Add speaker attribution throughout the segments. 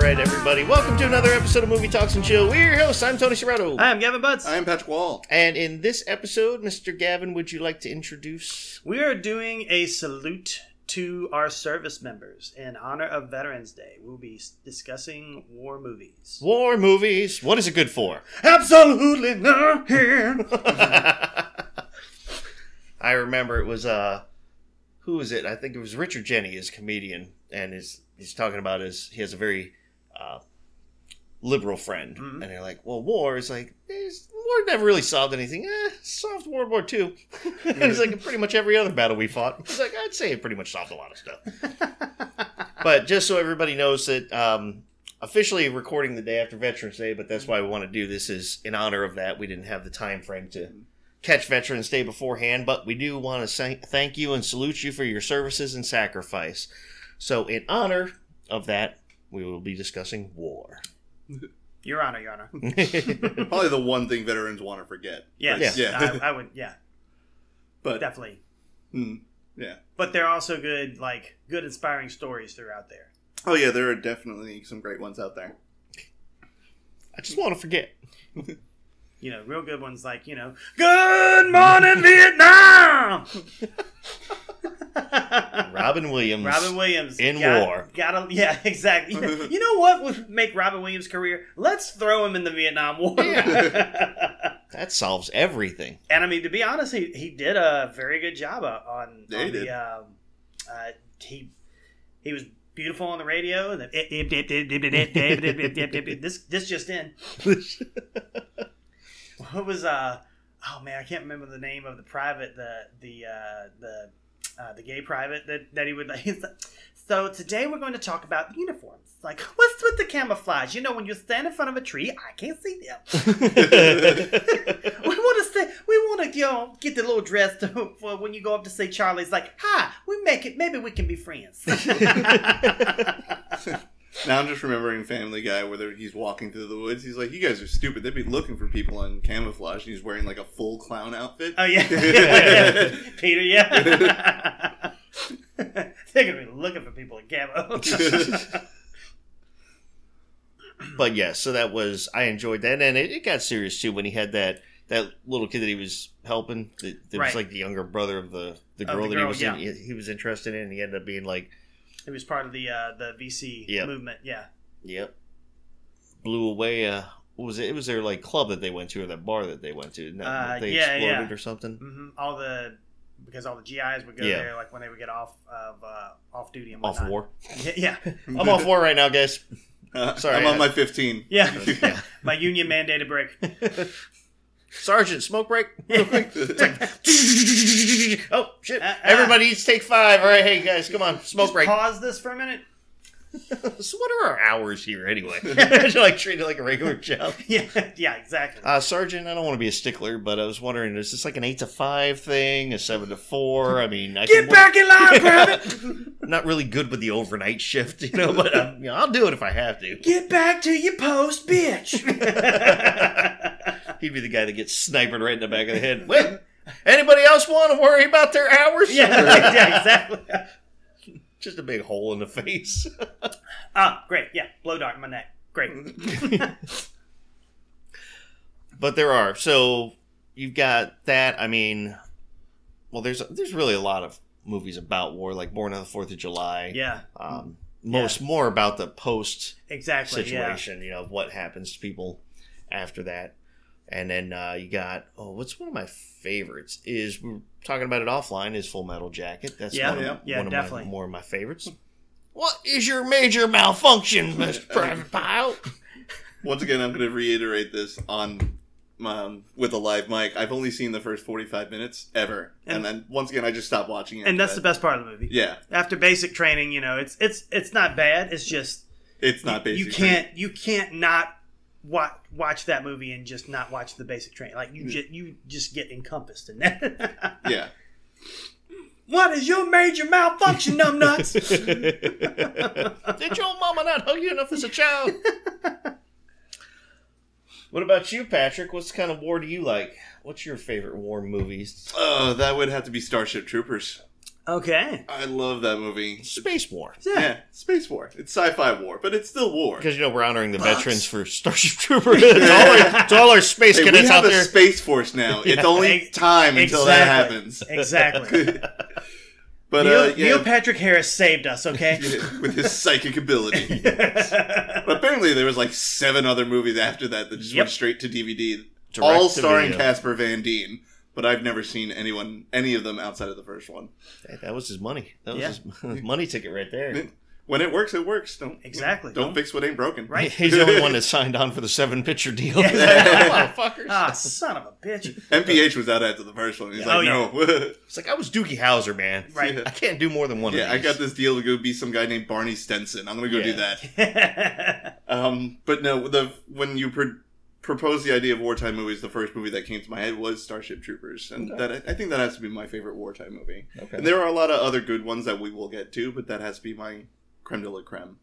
Speaker 1: right, everybody. Welcome to another episode of Movie Talks and Chill. We're your hosts. I'm Tony Serrato.
Speaker 2: Hi, I'm Gavin Butts.
Speaker 3: I am Patrick Wall.
Speaker 1: And in this episode, Mr. Gavin, would you like to introduce?
Speaker 2: We are doing a salute to our service members in honor of Veterans Day. We'll be s- discussing war movies.
Speaker 1: War movies. What is it good for?
Speaker 2: Absolutely not here.
Speaker 1: I remember it was uh who was it? I think it was Richard Jenny, his comedian, and his he's talking about his he has a very uh liberal friend.
Speaker 2: Mhm.
Speaker 1: And they're like, Well, war is like there's- war never really solved anything. Eh, solved World War Two. and it's like pretty much every other battle we fought. It's like I'd say it pretty much solved a lot of stuff. but just so everybody knows that um officially recording the day after Veterans Day, but that's why we want to do this is in honor of that. We didn't have the time frame to catch Veterans Day beforehand, but we do want to say, thank you and salute you for your services and sacrifice. So, in honor of that, we will be discussing war.
Speaker 2: Your Honor, Your Honor.
Speaker 3: Probably the one thing veterans want to forget.
Speaker 2: Yes,
Speaker 3: Yeah.
Speaker 2: yeah. I, I would, yeah,
Speaker 3: But
Speaker 2: definitely.
Speaker 3: hmm, yeah.
Speaker 2: But they're also good, like good, inspiring stories throughout there.
Speaker 3: Oh yeah, there are definitely some great ones out there.
Speaker 1: I just want to forget.
Speaker 2: You know, real good ones like you know, Good Morning Vietnam.
Speaker 1: Robin Williams.
Speaker 2: Robin Williams
Speaker 1: In
Speaker 2: got-
Speaker 1: war.
Speaker 2: Gotta, yeah, exactly. You, you know what would make Robin Williams' career? Let's throw him in the Vietnam War.
Speaker 1: That solves everything.
Speaker 2: and I mean, to be honest, he, he did a very good job uh, on,
Speaker 3: Yeah, he
Speaker 2: on
Speaker 3: did.
Speaker 2: the um, uh, he he was beautiful on the radio. And the, this this just in. What was uh? Oh man, I can't remember the name of the private the the uh, the uh, the gay private that, that he would like. he's like, So today we're going to talk about the uniforms. Like, what's with the camouflage? You know, when you stand in front of a tree, I can't see them. we want to say we want to you know, get the little dress to, for when you go up to say Charlie's like, "Hi, we make it. Maybe we can be friends."
Speaker 3: Now I'm just remembering Family Guy where there- he's walking through the woods. He's like, "You guys are stupid. They'd be looking for people in camouflage." And he's wearing like a full clown outfit.
Speaker 2: oh yeah, Peter, yeah. They're gonna be looking for people in camo.
Speaker 1: but yes, so that was, I enjoyed that. And it, it got serious too when he had that. That little kid that he was helping, that, that was
Speaker 2: Right.
Speaker 1: like the younger brother of the, the
Speaker 2: Of
Speaker 1: girl
Speaker 2: the
Speaker 1: that
Speaker 2: girl,
Speaker 1: he was in, he was interested in. And he ended up being like
Speaker 2: it was part of the uh, the VC
Speaker 1: Yeah.
Speaker 2: movement. Yeah,
Speaker 1: Yep. Blew away. Uh, what was it? It was their like club that they went to or that bar that they went to. No,
Speaker 2: Uh,
Speaker 1: they
Speaker 2: yeah,
Speaker 1: exploded
Speaker 2: yeah.
Speaker 1: or something.
Speaker 2: hmm all the because all the GIs would go
Speaker 1: Yeah.
Speaker 2: there, like when they would get off of uh, off duty and
Speaker 1: Off
Speaker 2: whatnot.
Speaker 1: war.
Speaker 2: Yeah, yeah,
Speaker 1: I'm off war right now, guys.
Speaker 3: Uh,
Speaker 1: Sorry,
Speaker 3: I'm on
Speaker 1: I-
Speaker 3: my 15.
Speaker 2: yeah.
Speaker 1: Yeah.
Speaker 2: My union mandated break.
Speaker 1: Sergeant, smoke break. oh shit!
Speaker 2: Uh, uh.
Speaker 1: Everybody needs to take five. All right, hey guys, come on, smoke break.
Speaker 2: Pause this for a minute.
Speaker 1: so what are our hours here anyway? Should like treat it like a regular job.
Speaker 2: Yeah, yeah, exactly.
Speaker 1: Uh, Sergeant, I don't want to be a stickler, but I was wondering, is this like an eight to five thing, a seven to four? I mean, I can
Speaker 2: Get
Speaker 1: work-
Speaker 2: back in line, Private!
Speaker 1: I'm not really good with the overnight shift, you know, but um, you know, I'll do it if I have to.
Speaker 2: Get back to your post, bitch!
Speaker 1: He'd be the guy that gets sniped right in the back of the head. Well, anybody else want to worry about their hours?
Speaker 2: yeah, yeah, exactly.
Speaker 1: Just a big hole in the face.
Speaker 2: Ah, great. Yeah, blow dart in my neck. Great.
Speaker 1: Mm-hmm. but there are. So you've got that. I mean, well, there's there's really a lot of movies about war, like Born on the Fourth of July.
Speaker 2: Yeah,
Speaker 1: Um, most more about the post
Speaker 2: exactly. Yeah.
Speaker 1: situation, you know, of what happens to people after that. And then uh, you got oh, what's one of my favorites is we were talking about it offline is Full Metal Jacket. That's
Speaker 2: Yeah,
Speaker 1: one, of,
Speaker 3: yeah,
Speaker 2: yeah,
Speaker 1: one of
Speaker 2: definitely.
Speaker 1: my more of my favorites. What is your major malfunction, Mr. Private Pile?
Speaker 3: Once again, I'm going to reiterate this on um, with a live mic. I've only seen the first 45 minutes ever,
Speaker 2: And-
Speaker 3: and, then once again, I just stopped watching it.
Speaker 2: And that's the best part of the movie.
Speaker 3: Yeah,
Speaker 2: After basic training, you know, it's it's it's not bad. It's just
Speaker 3: it's not basic.
Speaker 2: you can't you can't not watch watch that movie and just not watch the basic training. Like
Speaker 3: Mm.
Speaker 2: you just you just get encompassed in that.
Speaker 3: Yeah.
Speaker 2: what is your major malfunction, numbnuts?
Speaker 1: Did your mama not hug you enough as a child? what about you, Patrick? What's kind of war do you like? What's your favorite war movies?
Speaker 3: Oh, that would have to be Starship Troopers.
Speaker 2: Okay.
Speaker 3: I love that movie.
Speaker 1: Space War.
Speaker 2: Yeah.
Speaker 3: Yeah, space war. It's sci-fi war, but it's still war.
Speaker 1: Because, you know, we're honoring the
Speaker 2: Bucks.
Speaker 1: veterans for Starship Troopers. it's, all our, it's all our space
Speaker 3: Hey, we
Speaker 1: cadets out
Speaker 3: have a
Speaker 1: there.
Speaker 3: space force now. It's only
Speaker 2: Ex-
Speaker 3: time until that
Speaker 2: exactly.
Speaker 3: happens.
Speaker 2: Exactly.
Speaker 3: But
Speaker 2: Neil,
Speaker 3: uh, yeah,
Speaker 2: Neil Patrick Harris saved us. Okay.
Speaker 3: yeah, with his psychic ability. But apparently, there was like seven other movies after that that just
Speaker 2: Yep.
Speaker 3: went straight to DVD,
Speaker 1: Direct
Speaker 3: all
Speaker 1: to
Speaker 3: starring
Speaker 1: video.
Speaker 3: Casper Van Dien. But I've never seen anyone, any of them outside of the first one.
Speaker 1: Hey, that was his money. That was
Speaker 2: Yeah.
Speaker 1: his money ticket right
Speaker 3: Mm,
Speaker 1: there.
Speaker 3: When it works, it works. Don't
Speaker 2: Exactly.
Speaker 3: Don't, fix what ain't broken.
Speaker 2: Right.
Speaker 1: He's the only one that signed on for the seven picture deal.
Speaker 2: Yeah.
Speaker 1: Motherfuckers.
Speaker 2: ah, son of a bitch.
Speaker 3: MPH was out after the first one. He's
Speaker 2: Oh,
Speaker 3: like,
Speaker 2: yeah.
Speaker 3: no.
Speaker 1: It's like I was Doogie Howser, man.
Speaker 2: Right.
Speaker 1: I can't do more than one
Speaker 3: yeah,
Speaker 1: of
Speaker 3: I
Speaker 1: these.
Speaker 3: got this deal to go be some guy named Barney Stenson. I'm gonna go do
Speaker 1: Yeah.
Speaker 3: that. Um, but no, the when you pr- proposed the idea of wartime movies, the first movie that came to my head was Starship Troopers, and
Speaker 1: Okay.
Speaker 3: that I think that has to be my favorite wartime movie.
Speaker 1: Okay.
Speaker 3: And there are a lot of other good ones that we will get to, but that has to be my creme de la creme.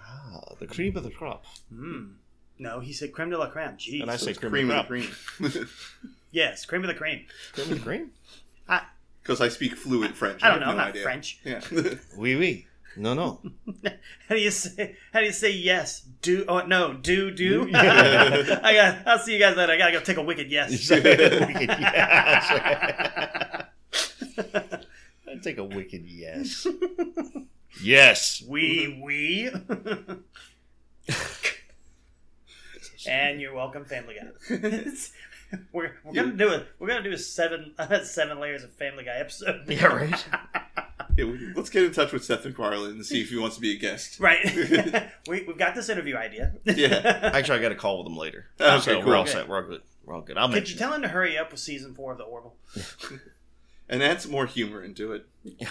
Speaker 1: Ah, the cream of the crop.
Speaker 2: Hmm. No, he said creme de la creme. Jeez.
Speaker 1: And I say creme,
Speaker 3: Cream
Speaker 1: of the
Speaker 3: of
Speaker 1: crop.
Speaker 3: the cream,
Speaker 2: yes, creme de la creme.
Speaker 1: Cream of the cream?
Speaker 3: because I speak fluent French.
Speaker 2: I don't know.
Speaker 3: have
Speaker 2: I'm
Speaker 3: no
Speaker 2: not
Speaker 3: idea.
Speaker 2: French.
Speaker 3: Yeah,
Speaker 1: Oui, oui. No, no.
Speaker 2: How do you say? How do you say yes? Do? Oh no. Do do.
Speaker 1: Yeah.
Speaker 2: I got. I'll see you guys later. I gotta go take a wicked yes.
Speaker 1: yes. I'd take a wicked yes. Yes.
Speaker 2: We we. and you're welcome, Family Guy. we're we're gonna do a we're gonna do a seven seven layers of Family Guy episode.
Speaker 1: Yeah, right.
Speaker 3: Yeah, we- let's get in touch with Seth MacFarlane and see if he wants to be a guest.
Speaker 2: Right. we, we've got this interview idea.
Speaker 3: Yeah.
Speaker 1: Actually, I got a call with him later.
Speaker 3: Okay,
Speaker 1: so
Speaker 3: cool.
Speaker 1: we're all set. We're all good. We're all good. I'll
Speaker 2: Could you
Speaker 1: mention.
Speaker 2: tell him to hurry up with season four of the Orville?
Speaker 3: And add some more humor into it.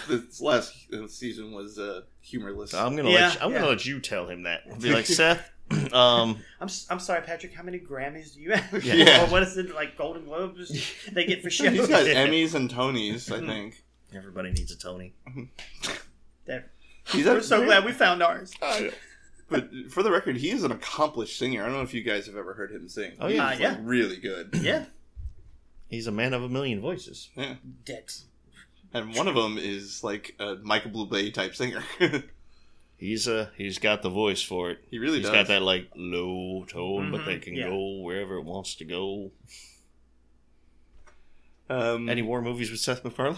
Speaker 3: This last uh, season was uh, humorless.
Speaker 1: So I'm gonna
Speaker 2: Yeah,
Speaker 1: let you, I'm
Speaker 2: yeah.
Speaker 1: gonna let you tell him that. I'll be like Seth. Um,
Speaker 2: I'm, s- I'm sorry, Patrick. How many Grammys do you have?
Speaker 3: Yeah.
Speaker 2: Or what is it like Golden Globes they get for
Speaker 3: He's
Speaker 2: shows?
Speaker 3: got Emmys and Tonys,
Speaker 2: Mm-hmm.
Speaker 3: I think.
Speaker 1: everybody needs a Tony.
Speaker 2: That-
Speaker 3: He's
Speaker 2: We're so glad we found ours.
Speaker 3: But for the record, he is an accomplished singer. I don't know if you guys have ever heard him sing.
Speaker 1: Oh, yeah.
Speaker 3: He's,
Speaker 2: Uh, yeah.
Speaker 3: like, really good.
Speaker 2: Yeah.
Speaker 1: He's a man of a million voices.
Speaker 2: Dicks.
Speaker 3: And one of them is like a Michael Bublé type singer.
Speaker 1: He's uh he's got the voice for it.
Speaker 3: he really
Speaker 1: He's
Speaker 3: does.
Speaker 1: got that like low tone, but they
Speaker 2: Mhm,
Speaker 1: can
Speaker 2: yeah.
Speaker 1: go wherever it wants to go.
Speaker 3: Um,
Speaker 1: Any war movies with Seth MacFarlane?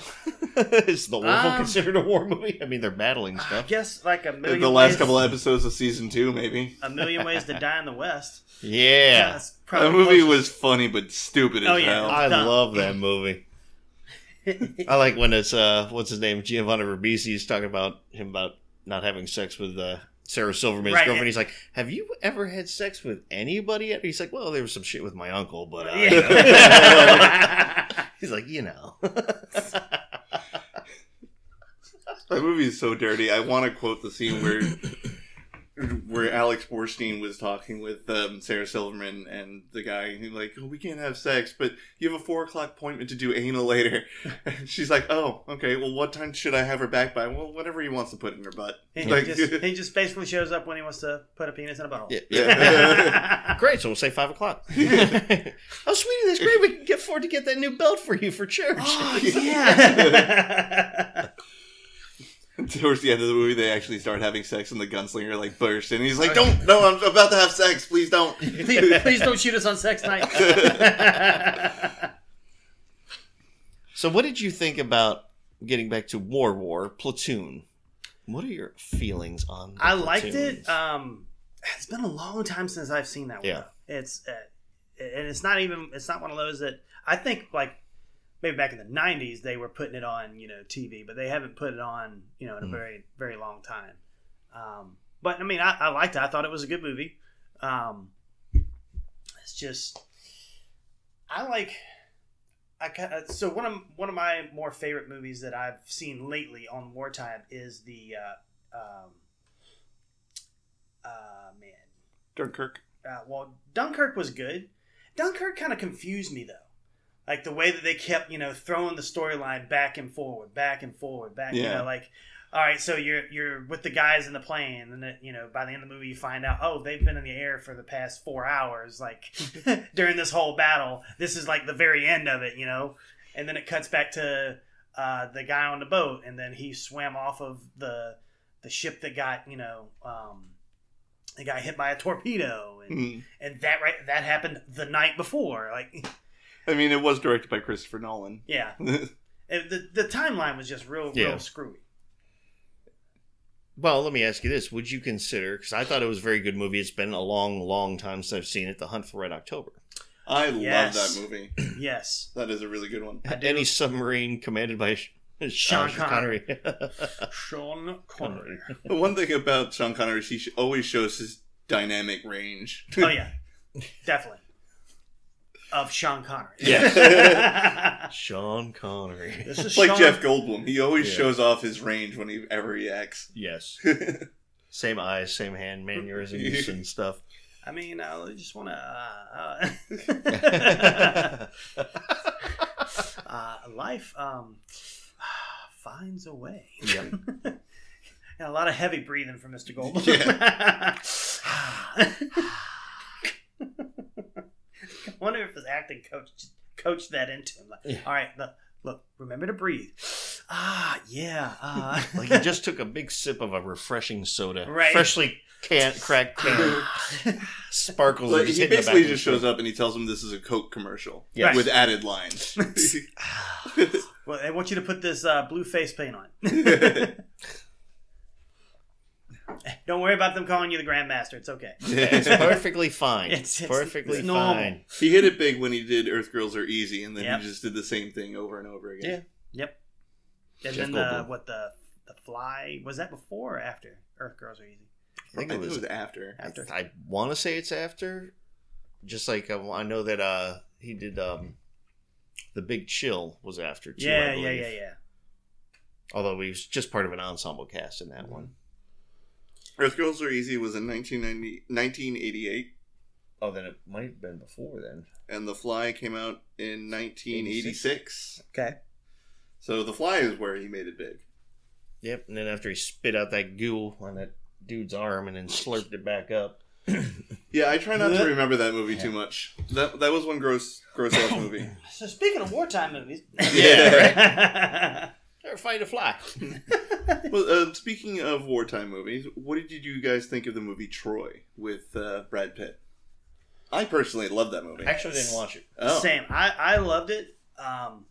Speaker 1: Is the Orville
Speaker 2: Um,
Speaker 1: considered a war movie? I mean, they're battling
Speaker 2: I
Speaker 1: stuff.
Speaker 2: guess like a million.
Speaker 3: the last
Speaker 2: ways,
Speaker 3: couple episodes of season two, maybe.
Speaker 2: A million ways to die in the West.
Speaker 1: Yeah,
Speaker 2: That's
Speaker 3: That
Speaker 2: probably
Speaker 3: movie
Speaker 2: closest.
Speaker 3: was funny but stupid as
Speaker 2: Oh, yeah.
Speaker 3: hell.
Speaker 1: I
Speaker 2: Done.
Speaker 1: love that movie. I like when it's uh, what's his name, Giovanni Ribisi is talking about him about not having sex with uh, Sarah Silverman's
Speaker 2: Right.
Speaker 1: girlfriend. He's like, "Have you ever had sex with anybody?" yet?" He's like, "Well, there was some shit with my uncle, but uh, you know."
Speaker 2: Yeah.
Speaker 1: he's like, you know,
Speaker 3: That movie is so dirty. I want to quote the scene where where Alex Borstein was talking with um, Sarah Silverman and the guy, and he's like, oh, "We can't have sex, but you have a four o'clock appointment to do anal later." And she's like, "Oh, okay. Well, what time should I have her back by? Well, whatever he wants to put in her butt."
Speaker 2: he,
Speaker 3: Like-
Speaker 2: just, he just basically shows up when he wants to put a penis in a bottle.
Speaker 1: yeah, yeah.
Speaker 2: Yeah.
Speaker 1: great. So we'll say five o'clock. oh, sweetie, that's great. We can get afford to get that new belt for you for church.
Speaker 2: oh yeah.
Speaker 3: Towards the end of the movie, they actually start having sex, and the gunslinger like bursts in. He's like,
Speaker 2: Oh,
Speaker 3: "Don't! No, I'm about to have sex. Please don't."
Speaker 2: please, please don't shoot us on sex night.
Speaker 1: So, what did you think about getting back to War War Platoon? What are your feelings on? the
Speaker 2: I liked
Speaker 1: platoons?
Speaker 2: it. Um, it's been a long time since I've seen that
Speaker 1: Yeah.
Speaker 2: one. It's uh, and it's not even it's not one of those that I think like maybe back in the '90s they were putting it on you know TV, but they haven't put it on you know in a
Speaker 1: Mm.
Speaker 2: very very long time. Um, but I mean, I, I liked it. I thought it was a good movie. Um, it's just I like. I kind of, so one of one of my more favorite movies that I've seen lately on wartime is the uh, um, uh, man.
Speaker 3: Dunkirk.
Speaker 2: Uh, well, Dunkirk was good. Dunkirk kind of confused me though, like the way that they kept you know throwing the storyline back and forward, back and forward, back. You
Speaker 3: Yeah.
Speaker 2: know, like all right, so you're you're with the guys in the plane, and then you know by the end of the movie you find out oh they've been in the air for the past four hours, like during this whole battle. This is like the very end of it, you know, and then it cuts back to. uh, the guy on the boat, and then he swam off of the the ship that got you know um, that got hit by a torpedo, and,
Speaker 3: Hmm.
Speaker 2: and that right that happened the night before. Like,
Speaker 3: I mean, it was directed by Christopher Nolan.
Speaker 2: yeah, It- the the timeline was just real
Speaker 1: Yeah.
Speaker 2: real screwy.
Speaker 1: Well, let me ask you this: Would you consider? Because I thought it was a very good movie. It's been a long, long time since I've seen it. The Hunt for Red October.
Speaker 3: I
Speaker 2: Yes.
Speaker 3: love that movie.
Speaker 2: Yes,
Speaker 3: That is a really good one.
Speaker 1: Any submarine commanded by Sh- uh,
Speaker 2: Sean
Speaker 1: Sean Connery.
Speaker 2: Sean Connery.
Speaker 3: The one thing about Sean Connery is he sh- always shows his dynamic range.
Speaker 2: Oh yeah, definitely of Sean Connery.
Speaker 3: Yeah.
Speaker 1: Sean Connery.
Speaker 2: this is
Speaker 3: It's like
Speaker 2: Sean-
Speaker 3: Jeff Goldblum. He always
Speaker 1: Yeah.
Speaker 3: shows off his range whenever he acts.
Speaker 1: Yes. Same eyes, same hand mannerisms and stuff.
Speaker 2: I mean, I just want to. Uh, uh, uh, life um, finds a way.
Speaker 1: Yeah.
Speaker 2: Yeah, a lot of heavy breathing from Mr. Goldblum. I wonder if his acting coach just coached that into him. Like,
Speaker 1: Yeah.
Speaker 2: All right, look, look, remember to breathe. Ah, yeah. Uh,
Speaker 1: Like he just took a big sip of a refreshing soda,
Speaker 2: Right.
Speaker 1: freshly can- cracked can, sparkles.
Speaker 3: But
Speaker 1: and just
Speaker 3: he
Speaker 1: hit in the back
Speaker 3: basically
Speaker 1: of the
Speaker 3: just shows
Speaker 1: throat.
Speaker 3: up and he tells him this is a Coke commercial
Speaker 1: Yes.
Speaker 3: with added lines.
Speaker 2: well, I want you to put this uh, blue face paint on. Don't worry about them calling you the Grandmaster. It's okay.
Speaker 1: It's perfectly fine.
Speaker 2: It's-
Speaker 1: It's,
Speaker 2: it's-
Speaker 1: perfectly
Speaker 2: it's normal.
Speaker 1: fine.
Speaker 3: he hit it big when he did Earth Girls Are Easy, and then
Speaker 2: Yep.
Speaker 3: he just did the same thing over and over again.
Speaker 1: Yeah.
Speaker 2: And
Speaker 1: Jeff
Speaker 2: then the,
Speaker 1: Goldblum.
Speaker 2: what the the fly was that before or after Earth Girls Are Easy?
Speaker 1: I think it was.
Speaker 3: after.
Speaker 2: After.
Speaker 1: I want to say it's after. Just like uh, I know that uh, he did. Um, the Big Chill was after too.
Speaker 2: yeah,
Speaker 1: I
Speaker 2: yeah,
Speaker 1: believe.
Speaker 2: yeah, yeah.
Speaker 1: Although he was just part of an ensemble cast in
Speaker 2: Mm-hmm.
Speaker 1: that one.
Speaker 3: Earth Girls Are Easy was in 1990, 1988,
Speaker 1: Oh, then it might have been before then.
Speaker 3: and The Fly came out in 1986.
Speaker 2: Okay.
Speaker 3: So The Fly is where he made it big.
Speaker 1: Yep, and then after he spit out that goo on that dude's arm and then slurped it back up.
Speaker 3: Yeah, I try not to
Speaker 2: Yeah.
Speaker 3: remember that movie too much. That that was one gross gross ass movie.
Speaker 2: So speaking of wartime movies,
Speaker 1: Yeah,
Speaker 2: right.
Speaker 1: They're fighting a fly.
Speaker 3: well, uh, speaking of wartime movies, what did you, you guys think of the movie Troy with uh, Brad Pitt? I personally love that movie.
Speaker 1: Actually, didn't watch it.
Speaker 3: Oh,
Speaker 2: Same. I I loved it. Um,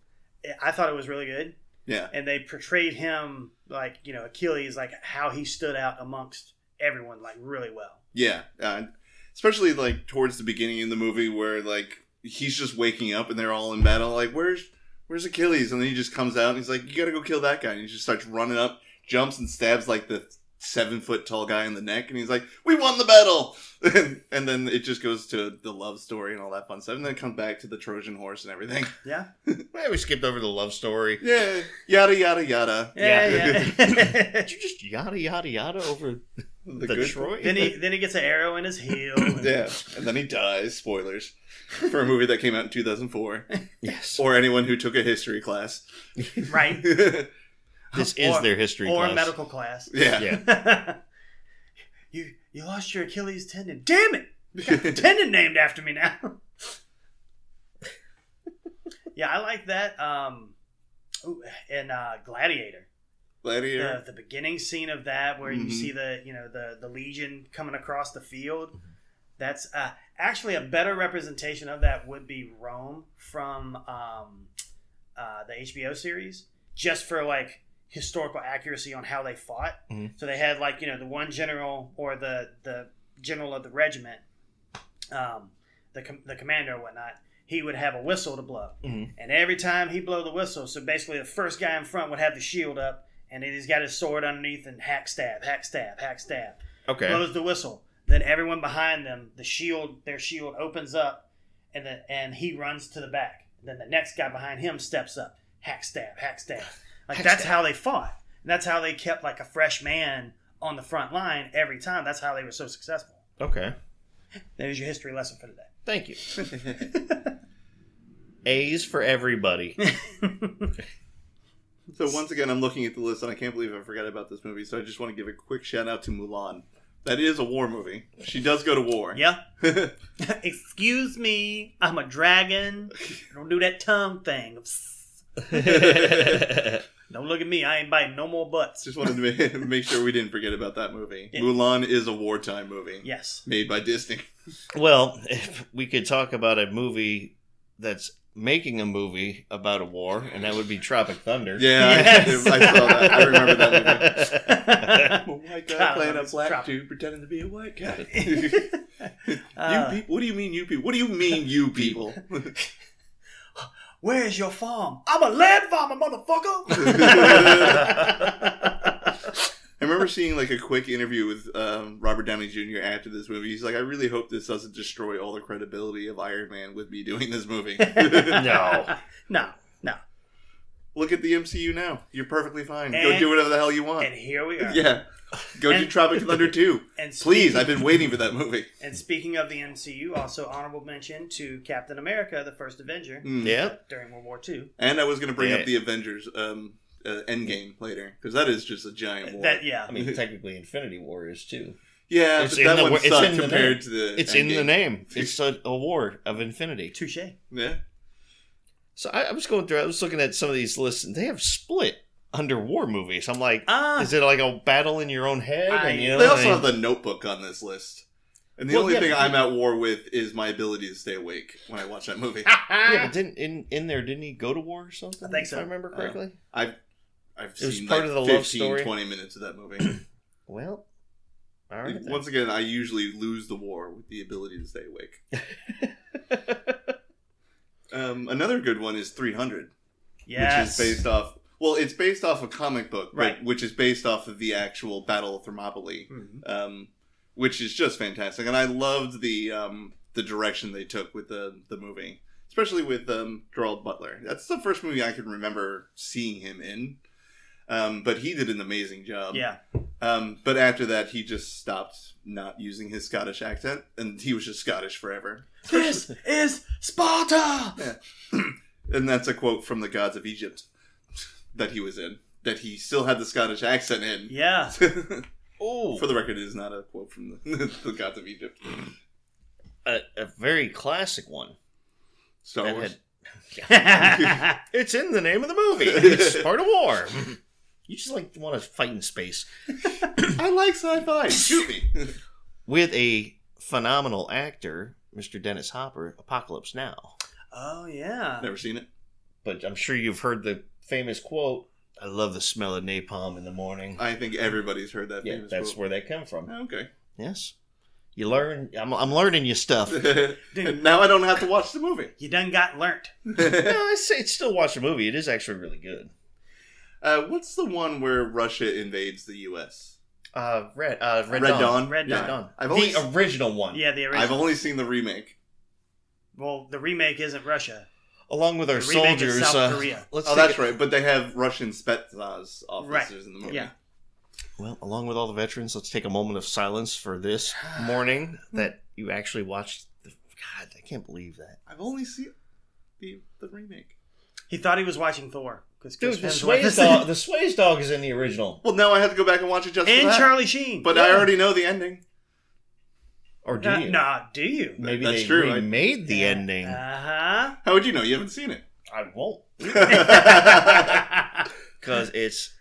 Speaker 2: I thought it was really good,
Speaker 3: yeah.
Speaker 2: and they portrayed him like you know Achilles, like how he stood out amongst everyone, like really well.
Speaker 3: Yeah, uh, especially like towards the beginning of the movie where like he's just waking up and they're all in battle. Like, where's where's Achilles? And then he just comes out and he's like, "You gotta go kill that guy." And he just starts running up, jumps and stabs like the seven foot tall guy in the neck, and he's like, "We won the battle!" and, and then it just goes to the love story and all that fun stuff, and then it comes back to the Trojan horse and everything.
Speaker 2: Yeah.
Speaker 1: Well, we skipped over the love story.
Speaker 3: Yeah, yada yada yada.
Speaker 2: Yeah.
Speaker 1: Yeah.
Speaker 2: yeah.
Speaker 1: Did you just yada yada yada over the,
Speaker 3: good-
Speaker 1: Troy?
Speaker 2: then he then he gets an arrow in his heel. and-
Speaker 3: Yeah, and then he dies. Spoilers for a movie that came out in 2004,
Speaker 1: yes.
Speaker 3: or anyone who took a history class.
Speaker 2: Right.
Speaker 3: yeah.
Speaker 1: this is
Speaker 2: or-
Speaker 1: their history
Speaker 2: Or
Speaker 1: class.
Speaker 2: medical class.
Speaker 1: Yeah.
Speaker 2: you you lost your Achilles tendon. Damn it! You got a tendon named after me now. yeah, I like that. Um, ooh, and uh, Gladiator,
Speaker 3: Gladiator.
Speaker 2: the, the beginning scene of that where you
Speaker 3: Mhm.
Speaker 2: see the you know the the legion coming across the field. That's uh, actually a better representation of that would be Rome from um, uh, the HBO series, just for like historical accuracy on how they fought.
Speaker 1: Mhm.
Speaker 2: So they had like you know the one general or the the general of the regiment, um, the com- the commander or whatnot. He would have a whistle to blow,
Speaker 1: Mhm.
Speaker 2: and every time he blow the whistle, so basically the first guy in front would have the shield up, and then he's got his sword underneath and hack stab, hack stab, hack stab
Speaker 1: Okay.
Speaker 2: blows the whistle. Then everyone behind them, the shield, their shield opens up, and then and he runs to the back. Then the next guy behind him steps up, hack stab, hack stab. Like
Speaker 1: Hack
Speaker 2: that's how they fought. And that's how they kept like a fresh man on the front line every time. That's how they were so successful.
Speaker 1: okay.
Speaker 2: There's your history lesson for today.
Speaker 1: Thank you. A's for everybody.
Speaker 3: so once again, I'm looking at the list, and I can't believe I forgot about this movie. So I just want to give a quick shout out to Mulan. That is a war movie. She does go to war.
Speaker 2: Yeah. Excuse me, I'm a dragon. I don't do that tongue thing. Don't look at me. I ain't biting no more butts.
Speaker 3: Just wanted to ma- make sure we didn't forget about that movie.
Speaker 2: Yeah.
Speaker 3: Mulan is a wartime movie
Speaker 2: Yes.
Speaker 3: made by Disney.
Speaker 1: Well, if we could talk about a movie that's making a movie about a war, and that would be Tropic Thunder.
Speaker 3: Yeah,
Speaker 2: Yes.
Speaker 3: I, I saw that. I remember that movie.
Speaker 2: Uh,
Speaker 3: Well, white guy
Speaker 2: God,
Speaker 3: playing a
Speaker 2: it's
Speaker 3: black
Speaker 2: tropical.
Speaker 3: dude pretending to be a white guy. you
Speaker 2: Uh.
Speaker 3: people? What do you mean, you people? What do you mean, you people?
Speaker 2: Where's your farm? I'm a land farmer, motherfucker.
Speaker 1: movie.
Speaker 3: I remember seeing like a quick interview with um, Robert Downey Jr. after this movie. He's like, "I really hope this doesn't destroy all the credibility of Iron Man with me doing this movie."
Speaker 1: No.
Speaker 2: No.
Speaker 3: Look at the MCU now. You're perfectly fine. Go
Speaker 2: And-
Speaker 3: do whatever the hell you want.
Speaker 2: And here we are.
Speaker 3: yeah. Go do
Speaker 2: And-
Speaker 3: Tropic Thunder 2.
Speaker 2: And speaking,
Speaker 3: Please, I've been waiting for that movie.
Speaker 2: and speaking of the MCU, also honorable mention to Captain America, the first Avenger
Speaker 3: Mm.
Speaker 1: yeah.
Speaker 2: during World War II.
Speaker 3: And I was going to bring
Speaker 1: Yeah.
Speaker 3: up the Avengers um, uh, Endgame later because that is just a giant war.
Speaker 2: That yeah.
Speaker 1: I mean, technically, Infinity War is too.
Speaker 3: yeah,
Speaker 1: It's
Speaker 3: but
Speaker 1: in
Speaker 3: that
Speaker 1: the
Speaker 3: one
Speaker 1: wor- it's
Speaker 3: sucked
Speaker 1: in the
Speaker 3: compared
Speaker 1: name.
Speaker 3: to the.
Speaker 1: It's in the
Speaker 3: Endgame.
Speaker 1: name. It's a, a war of infinity.
Speaker 2: Touche.
Speaker 3: Yeah.
Speaker 1: So I, I was going through. I was looking at some of these lists, and they have split under war movies. I'm like,
Speaker 2: Ah,
Speaker 1: is it like a battle in your own head?
Speaker 2: I-
Speaker 1: and, you know,
Speaker 3: They also
Speaker 1: and-
Speaker 3: have the Notebook on this list, and the
Speaker 1: Well,
Speaker 3: only
Speaker 1: yeah,
Speaker 3: thing
Speaker 1: but-
Speaker 3: I'm at war with is my ability to stay awake when I watch that movie.
Speaker 1: yeah, but didn't in in there? Didn't he go to war or something?
Speaker 2: I think
Speaker 1: if
Speaker 2: so. Uh-huh.
Speaker 1: I remember
Speaker 3: Oh.
Speaker 1: correctly.
Speaker 3: I've I've
Speaker 1: It was
Speaker 3: seen
Speaker 1: part
Speaker 3: like
Speaker 1: of the
Speaker 3: 15,
Speaker 1: love story.
Speaker 3: 20 minutes of that movie.
Speaker 1: Well, all right. then.
Speaker 3: Once again, I usually lose the war with the ability to stay awake. Um, another good one is 300,
Speaker 2: yes.
Speaker 3: which is based off. Well, it's based off a comic book, but-
Speaker 2: Right.
Speaker 3: Which is based off of the actual Battle of Thermopylae.
Speaker 2: Mhm.
Speaker 3: um, which is just fantastic. And I loved the um, the direction they took with the the movie, especially with um, Gerald Butler. That's the first movie I can remember seeing him in. Um, but he did an amazing job.
Speaker 2: yeah.
Speaker 3: Um, but after that, he just stopped not using his Scottish accent, and he was just Scottish forever.
Speaker 2: This is Sparta.
Speaker 3: And that's a quote from the Gods of Egypt that he was in, that he still had the Scottish accent in.
Speaker 2: Yeah.
Speaker 1: Oh,
Speaker 3: For the record, it is not a quote from the, the Gods of Egypt.
Speaker 1: a, a very classic one.
Speaker 3: Star
Speaker 1: That
Speaker 3: Wars.
Speaker 1: had- It's in the name of the movie. It's part of war. You just like want to fight in space
Speaker 3: I like sci-fi. Shoot me.
Speaker 1: with a phenomenal actor, Mr. Dennis Hopper, Apocalypse Now.
Speaker 2: oh yeah.
Speaker 3: Never seen it.
Speaker 1: But I'm sure you've heard the famous quote. I love the smell of napalm in the morning.
Speaker 3: I think everybody's heard that.
Speaker 1: yeah,
Speaker 3: famous
Speaker 1: that's
Speaker 3: quote.
Speaker 1: where that come from.
Speaker 3: Okay.
Speaker 1: Yes, you learn. I'm, I'm learning you stuff. no,
Speaker 3: and now I don't have to watch the movie.
Speaker 2: You done got learnt.
Speaker 1: I say it's still watch the movie. It is actually really good.
Speaker 3: uh, what's the one where Russia invades the U.S.?
Speaker 1: Uh, Red, uh, Red,
Speaker 3: Red
Speaker 1: Dawn.
Speaker 3: Dawn.
Speaker 2: Red
Speaker 1: Red
Speaker 2: Dawn.
Speaker 1: Dawn.
Speaker 3: I've
Speaker 1: the
Speaker 3: always-
Speaker 1: original one,
Speaker 2: Yeah, the original.
Speaker 3: I've only seen the remake.
Speaker 2: well, the remake isn't Russia.
Speaker 1: along with our
Speaker 2: The remake is
Speaker 1: soldiers.
Speaker 2: South
Speaker 1: uh,
Speaker 2: Korea.
Speaker 1: Let's
Speaker 3: Oh,
Speaker 1: take
Speaker 3: that's
Speaker 1: a-
Speaker 3: right. But they have Russian Spetsnaz officers
Speaker 2: Right.
Speaker 3: in the movie.
Speaker 2: Yeah.
Speaker 1: Well, along with all the veterans, let's take a moment of silence for this morning that you actually watched. The, God, I can't believe that.
Speaker 3: I've only seen the the remake.
Speaker 2: He thought he was watching Thor because
Speaker 1: Dude, the Sway's dog. The Sway's dog is in the original,
Speaker 3: Well, now I have to go back and watch it just for
Speaker 2: and
Speaker 3: that.
Speaker 2: Charlie Sheen.
Speaker 3: but I already know the ending.
Speaker 1: or do
Speaker 2: nah,
Speaker 1: you?
Speaker 2: nah, do you?
Speaker 1: Maybe
Speaker 3: That's
Speaker 1: they
Speaker 3: true, I-
Speaker 1: remade the ending.
Speaker 2: Uh
Speaker 3: How would you know? You haven't seen it.
Speaker 1: I won't
Speaker 2: huh.
Speaker 1: because it's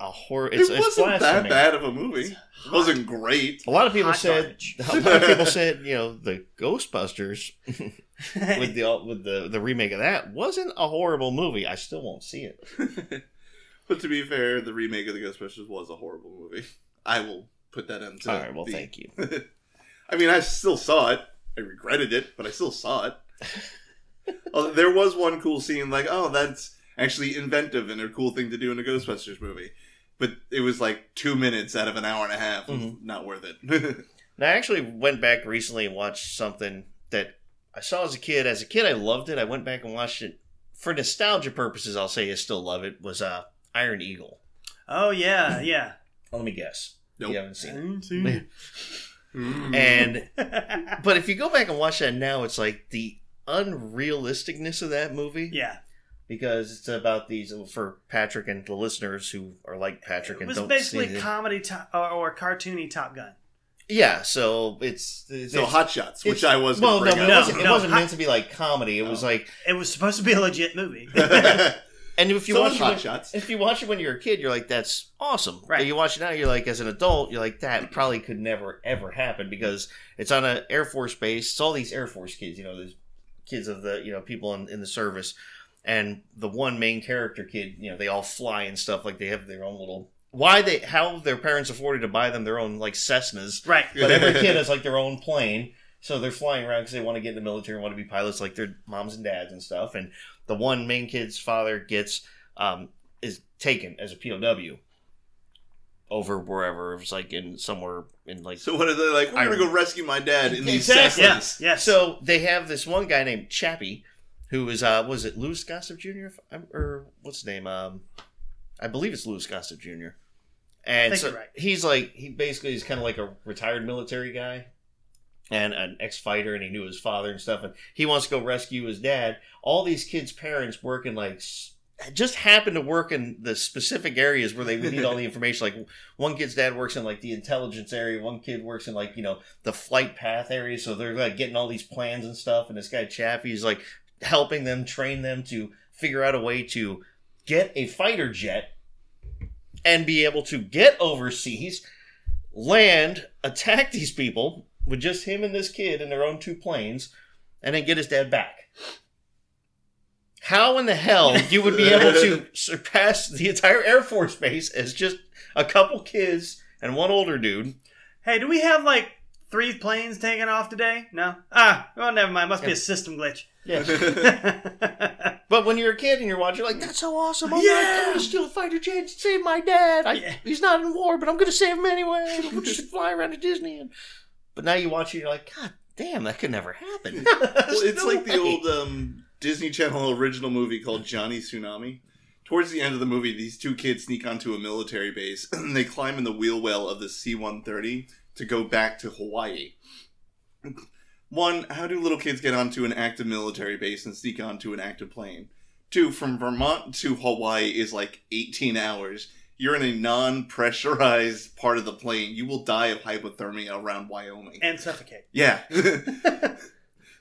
Speaker 1: a horror. It's,
Speaker 3: it
Speaker 1: it's
Speaker 3: wasn't that
Speaker 1: blasphemy.
Speaker 3: bad of a movie. It wasn't great.
Speaker 1: A lot of people
Speaker 2: Hot
Speaker 1: said.
Speaker 2: garbage.
Speaker 1: A lot of people said, you know, the Ghostbusters with the with the the remake of that wasn't a horrible movie. I still won't see it.
Speaker 3: but to be fair, the remake of the Ghostbusters was a horrible movie. I will put that into.
Speaker 1: All right, well,
Speaker 3: the-
Speaker 1: thank you.
Speaker 3: I mean, I still saw it. I regretted it, but I still saw it. Although there was one cool scene, like, oh, that's actually inventive and a cool thing to do in a Ghostbusters movie. But it was like two minutes out of an hour and a half.
Speaker 1: Mhm.
Speaker 3: Not worth it.
Speaker 1: And I actually went back recently and watched something that I saw as a kid. As a kid, I loved it. I went back and watched it for nostalgia purposes. I'll say I still love it. Was uh, Iron Eagle?
Speaker 2: oh yeah, yeah.
Speaker 1: Let me guess.
Speaker 3: Nope.
Speaker 1: You haven't seen it.
Speaker 3: Mm.
Speaker 1: And but if you go back and watch that now, it's like the unrealisticness of that movie
Speaker 2: yeah,
Speaker 1: because it's about these for Patrick and the listeners who are like Patrick
Speaker 2: it
Speaker 1: and
Speaker 2: was
Speaker 1: don't see
Speaker 2: basically
Speaker 1: it.
Speaker 2: comedy to- or, or cartoony Top Gun.
Speaker 1: yeah. So it's, it's
Speaker 3: so Hot Shots, which
Speaker 1: it's-
Speaker 3: I was
Speaker 1: Well, no,
Speaker 3: going
Speaker 1: it
Speaker 3: to bring
Speaker 2: no,
Speaker 1: wasn't, it
Speaker 2: no.
Speaker 1: wasn't meant to be like comedy. It was
Speaker 3: Oh.
Speaker 1: like
Speaker 2: It was supposed to be a legit movie.
Speaker 3: up.
Speaker 1: And if you
Speaker 3: so
Speaker 1: watch
Speaker 3: was
Speaker 1: it,
Speaker 3: Hot
Speaker 1: when-
Speaker 3: Shots.
Speaker 1: if you watch it when you're a kid, you're like, "That's awesome."
Speaker 2: Right.
Speaker 1: But you watch it now, you're like, as an adult, you're like, "That probably could never ever happen because it's on an Air Force base. It's all these Air Force kids, you know, these kids of the you know people in, in the service, and the one main character kid, you know, they all fly and stuff. Like they have their own little why they how their parents afforded to buy them their own like Cessnas,
Speaker 2: Right.
Speaker 1: but every kid has like their own plane. So they're flying around because they want to get in the military and want to be pilots, like their moms and dads and stuff. And the one main kid's father gets um, is taken as a POW over wherever it was like in somewhere in like.
Speaker 3: So what are they like? We're gonna
Speaker 1: Iron-
Speaker 3: go rescue my dad in these
Speaker 1: Exactly.
Speaker 3: Cessnas.
Speaker 2: Yes. Yes.
Speaker 1: So they have this one guy named Chappie, who is uh, was it Louis Gossett Jr. if I'm- or what's his name? Um, I believe it's Louis Gossett Jr.
Speaker 2: I
Speaker 1: And
Speaker 2: think
Speaker 1: so
Speaker 2: you're right.
Speaker 1: he's like he basically is kind of like a retired military guy and an ex-fighter and he knew his father and stuff and he wants to go rescue his dad all these kids parents work in like s- just happen to work in the specific areas where they would need all the information like one kid's dad works in like the intelligence area one kid works in like you know the flight path area so they're like getting all these plans and stuff and this guy chaffee's like helping them train them to figure out a way to get a fighter jet and be able to get overseas land attack these people with just him and this kid in their own two planes and then get his dad back how in the hell you would be able to surpass the entire air force base as just a couple kids and one older dude
Speaker 2: hey, do we have like three planes taking off today? No. Ah. Well, never mind. Must be a system glitch.
Speaker 1: But when you're a kid and you're watching, you're like, that's so awesome. Oh I'm
Speaker 2: Yeah.
Speaker 1: going to steal a fighter jet and save my dad. I,
Speaker 2: Yeah.
Speaker 1: He's not in war, but I'm going to save him anyway. We'll just fly around to Disney. And, but now you watch it, you're like, God damn, that could never happen.
Speaker 3: Well, it's
Speaker 1: No
Speaker 3: like the
Speaker 1: way.
Speaker 3: old um, Disney Channel original movie called Johnny Tsunami. Towards the end of the movie, these two kids sneak onto a military base and they climb in the wheel well of the C 130 to go back to Hawaii. One, how do little kids get onto an active military base and sneak onto an active plane? Two, from Vermont to Hawaii is like 18 hours. You're in a non pressurized part of the plane. You will die of hypothermia around Wyoming.
Speaker 2: and suffocate.
Speaker 3: Yeah.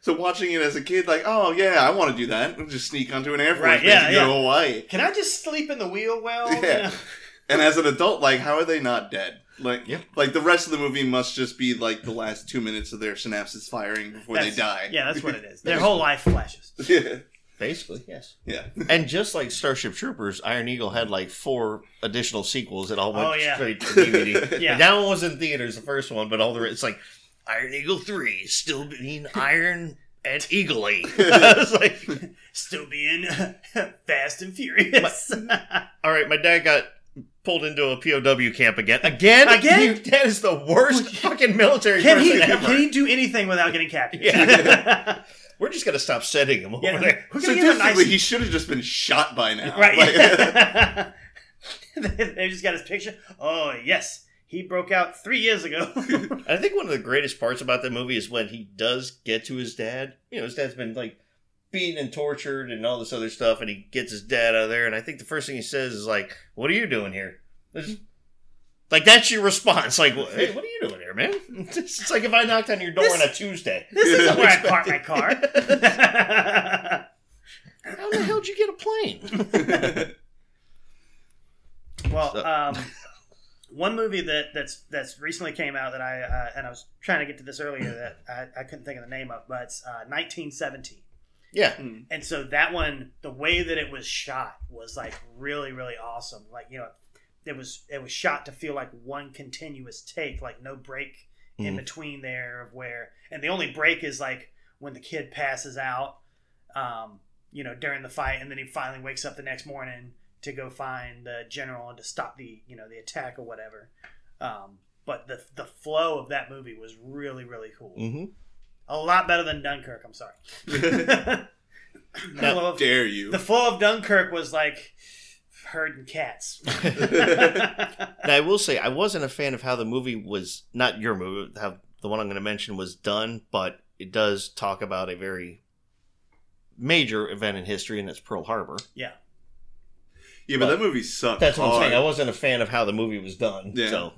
Speaker 3: so watching it as a kid, like, oh yeah, I want to do that. I'll just sneak onto an air force
Speaker 2: Right,
Speaker 3: base
Speaker 2: yeah, Oh,
Speaker 3: and go to Hawaii.
Speaker 2: Can I just sleep in the wheel well? You
Speaker 3: Yeah.
Speaker 2: know?
Speaker 3: And as an adult, like, how are they not dead? Like,
Speaker 1: Yeah.
Speaker 3: like the rest of the movie must just be like the last two minutes of their synapses firing before
Speaker 2: That's-
Speaker 3: they die.
Speaker 2: Yeah, that's what it is. Their whole life flashes.
Speaker 3: yeah.
Speaker 1: Basically, yes.
Speaker 3: Yeah.
Speaker 1: And just like Starship Troopers, Iron Eagle had like four additional sequels that all went
Speaker 2: Oh, yeah.
Speaker 1: straight to DVD.
Speaker 2: Yeah.
Speaker 1: Like, that one was in theaters, the first one, but all the it's like Iron Eagle three still being Iron and Eagley. it's like
Speaker 2: Still being fast and furious.
Speaker 1: all right, my dad got pulled into a POW camp again. Again?
Speaker 2: Again?
Speaker 1: You- that is the worst fucking military
Speaker 2: Can
Speaker 1: person
Speaker 2: he,
Speaker 1: ever.
Speaker 2: can he do anything without getting captured?
Speaker 1: Yeah. We're just gonna stop sending him over
Speaker 2: Yeah,
Speaker 1: there.
Speaker 2: we're gonna get a
Speaker 3: Statistically,
Speaker 2: nice
Speaker 3: he should have just been shot by now.
Speaker 2: right.
Speaker 3: Like,
Speaker 2: they they just got his picture. Oh yes, he broke out three years ago.
Speaker 1: I think one of the greatest parts about that movie is when he does get to his dad. You know, his dad's been like beaten and tortured and all this other stuff, and he gets his dad out of there. And I think the first thing he says is like, "What are you doing here?" This- Like that's your response. Like, "Well, hey, what are you doing here, man? It's like if I knocked on your door on a Tuesday.
Speaker 2: this is
Speaker 1: Yeah.
Speaker 2: where I parked my car.
Speaker 1: How the hell did you get a plane?
Speaker 2: well,
Speaker 1: So-
Speaker 2: um, one movie that that's that's recently came out that I uh, and I was trying to get to this earlier that I, I couldn't think of the name of, but it's uh, 1917.
Speaker 1: Yeah,
Speaker 2: and so that one the way that it was shot was like really really awesome like you know it was it was shot to feel like one continuous take like no break in
Speaker 1: Mhm.
Speaker 2: between there of where and the only break is like when the kid passes out um you know during the fight and then he finally wakes up the next morning to go find the general and to stop the you know the attack or whatever um but the the flow of that movie was really really cool
Speaker 1: mm-hmm.
Speaker 2: a lot better than dunkirk i'm sorry The
Speaker 1: How
Speaker 2: flow of-
Speaker 3: dare you?
Speaker 2: the fall of Dunkirk was like herding cats.
Speaker 1: Now I will say I wasn't a fan of how the movie was not your movie, how the one I'm going to mention was done, but it does talk about a very major event in history, and that's Pearl Harbor.
Speaker 2: yeah.
Speaker 3: yeah, but that movie sucked.
Speaker 1: That's what I'm
Speaker 3: hard.
Speaker 1: saying. I wasn't a fan of how the movie was done.
Speaker 3: Yeah.
Speaker 1: So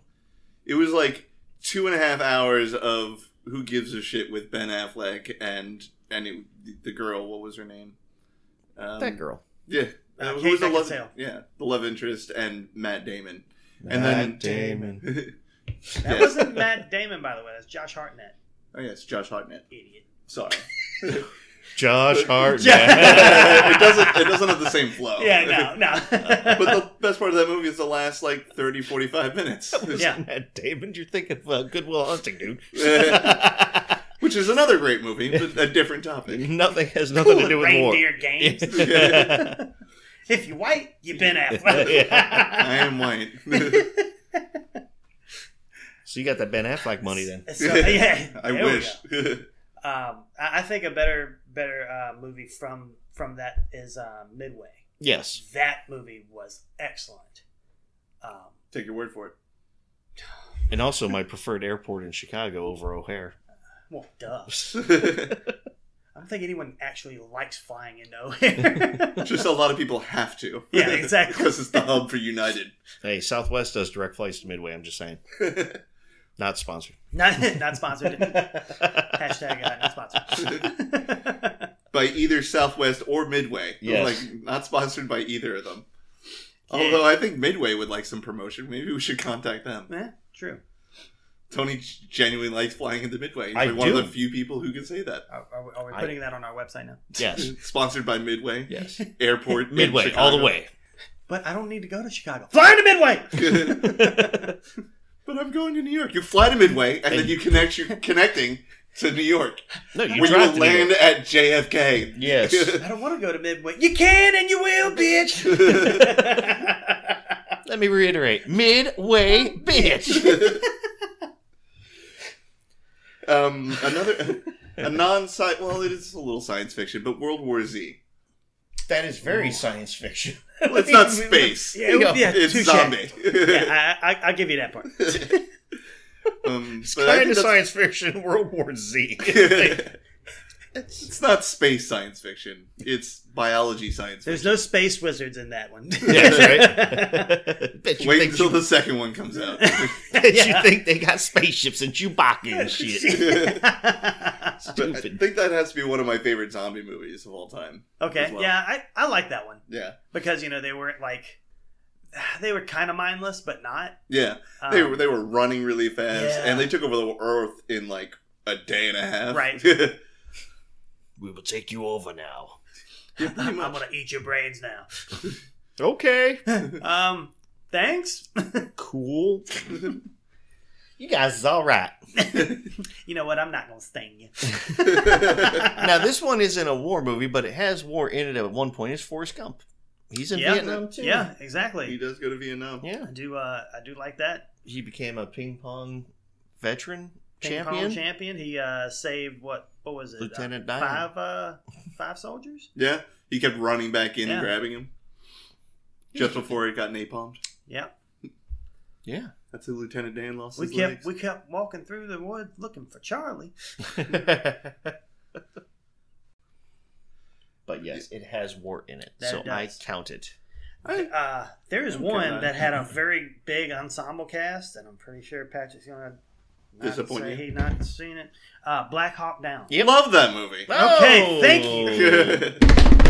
Speaker 3: It was like two and a half hours of who gives a shit with Ben Affleck and and it, the girl. What was her name? Um,
Speaker 1: that girl,
Speaker 3: Yeah,
Speaker 2: Uh,
Speaker 3: who
Speaker 2: Kate
Speaker 3: was the love,
Speaker 2: Beckinsale.
Speaker 3: yeah, the love interest and Matt Damon.
Speaker 1: And then Damon.
Speaker 2: That
Speaker 3: Yeah.
Speaker 2: wasn't Matt Damon, by the way. That's Josh Hartnett.
Speaker 3: Oh yes, Josh Hartnett.
Speaker 2: Idiot.
Speaker 3: Sorry,
Speaker 1: Josh Hart.
Speaker 3: it doesn't it doesn't have the same flow.
Speaker 2: Yeah, no, no.
Speaker 3: but the best part of that movie is the last like 30, 45 minutes,
Speaker 2: Yeah.
Speaker 1: Matt Damon, you're thinking of uh, Goodwill Hunting, dude.
Speaker 3: which is another great movie, but a different topic.
Speaker 1: nothing has nothing
Speaker 2: Cool
Speaker 1: to do with war.
Speaker 2: reindeer games. if you're white, you Ben Affleck.
Speaker 1: Yeah.
Speaker 3: I am white.
Speaker 1: So you got that Ben Affleck money then?
Speaker 2: So, yeah,
Speaker 3: I
Speaker 2: there we
Speaker 3: wish.
Speaker 2: go. Um, I I think a better better uh, movie from from that is uh, Midway.
Speaker 1: Yes.
Speaker 2: That movie was excellent. Um,
Speaker 3: Take your word for it.
Speaker 1: And also my preferred airport in Chicago over O'Hare.
Speaker 2: well, duh.
Speaker 3: Just
Speaker 2: I don't think anyone actually likes flying in nowhere.
Speaker 3: a lot of people have to.
Speaker 2: Yeah, exactly.
Speaker 3: Because it's the hub for United.
Speaker 1: Hey, Southwest does direct flights to Midway. I'm just saying, not sponsored.
Speaker 2: not, not sponsored. Hashtag uh, not sponsored.
Speaker 3: by either Southwest or Midway.
Speaker 1: Yes.
Speaker 3: Like not sponsored by either of them.
Speaker 2: Yeah.
Speaker 3: Although I think Midway would like some promotion. Maybe we should contact them.
Speaker 2: Eh, true.
Speaker 3: Tony g- genuinely likes flying into Midway. He's
Speaker 1: I
Speaker 3: like one of
Speaker 1: do.
Speaker 3: the few people who can say that.
Speaker 2: Are, are, we- are we
Speaker 1: I-
Speaker 2: putting that on our website now?
Speaker 1: yes.
Speaker 3: Sponsored by Midway
Speaker 1: Yes.
Speaker 3: Airport. in
Speaker 1: Midway, all the
Speaker 3: Chicago.
Speaker 1: way.
Speaker 2: But I don't need to go to Chicago. Fly to Midway.
Speaker 3: but I'm going to New York. You fly to Midway, and, then
Speaker 1: And-
Speaker 3: you connect. You're connecting to New York,
Speaker 1: No, you
Speaker 3: where you
Speaker 1: drive
Speaker 3: will
Speaker 1: to Midway.
Speaker 3: land at JFK.
Speaker 1: Yes.
Speaker 2: I don't want to go to Midway. You can and you will, bitch.
Speaker 1: Let me reiterate. Midway, bitch.
Speaker 3: um, another a non sci Well, it is a little science fiction, but World War Z.
Speaker 1: That is very science fiction.
Speaker 3: Well, it's not space.
Speaker 2: Yeah, it would- yeah,
Speaker 3: It's
Speaker 2: touche.
Speaker 3: zombie.
Speaker 2: Yeah, I, I, I'll give you that part.
Speaker 3: um,
Speaker 1: It's
Speaker 3: but I
Speaker 1: kind
Speaker 3: think
Speaker 1: of
Speaker 3: that's-
Speaker 1: science fiction. World War Z.
Speaker 3: it's not space science fiction. It's biology science fiction.
Speaker 2: There's no space wizards in that one.
Speaker 1: yes, right. bet you,
Speaker 3: Wait
Speaker 1: think,
Speaker 3: until
Speaker 1: you,
Speaker 3: the second one comes out.
Speaker 1: bet you
Speaker 2: Yeah.
Speaker 1: think they got spaceships and Chewbacca and shit.
Speaker 3: But I
Speaker 1: Stupid.
Speaker 3: think that has to be one of my favorite zombie movies of all time.
Speaker 2: okay,
Speaker 3: As well.
Speaker 2: yeah, I, I like that one
Speaker 3: Yeah,
Speaker 2: because you know they weren't like they were kind of mindless, but not.
Speaker 3: yeah.
Speaker 2: Um,
Speaker 3: They were they were running really fast,
Speaker 2: yeah.
Speaker 3: and they took over the Earth in like a day and a half.
Speaker 2: Right.
Speaker 3: yeah,
Speaker 1: We will take you over now.
Speaker 3: pretty
Speaker 2: I'm, I'm
Speaker 3: much.
Speaker 2: gonna eat your brains now.
Speaker 1: Okay.
Speaker 2: Um, thanks.
Speaker 1: Cool. you guys is all right.
Speaker 2: You know what? I'm not gonna sting you.
Speaker 1: Now this one isn't a war movie, but it has war in it at one point. It's Forrest Gump. He's in
Speaker 2: Yeah.
Speaker 1: Vietnam too.
Speaker 2: Yeah,
Speaker 3: he
Speaker 2: exactly.
Speaker 3: does go to Vietnam.
Speaker 1: Yeah.
Speaker 2: I do. Uh, I do like that.
Speaker 1: He became a ping pong veteran
Speaker 2: Ping pong
Speaker 1: champion.
Speaker 2: champion. He uh, saved what? What was it?
Speaker 1: Lieutenant Dyer.
Speaker 2: uh, five uh, five soldiers.
Speaker 3: Yeah, he kept running back in
Speaker 2: Yeah.
Speaker 3: and grabbing him just before it got napalmed.
Speaker 2: Yeah,
Speaker 1: Yeah.
Speaker 3: That's who Lieutenant Dan lost
Speaker 2: we
Speaker 3: his
Speaker 2: kept
Speaker 3: legs.
Speaker 2: we kept walking through the woods looking for Charlie.
Speaker 1: but yes, it has war in it,
Speaker 2: That
Speaker 1: so
Speaker 2: it
Speaker 1: I
Speaker 2: does.
Speaker 1: count it.
Speaker 2: Uh, there is
Speaker 3: Okay,
Speaker 2: one
Speaker 3: right.
Speaker 2: that had a very big ensemble cast, and I'm pretty sure Patrick's gonna not
Speaker 3: Disappoint
Speaker 2: say
Speaker 3: you.
Speaker 2: he not seen it. Uh, Black Hawk Down.
Speaker 1: Yep.
Speaker 3: Love that movie.
Speaker 2: Okay, thank you.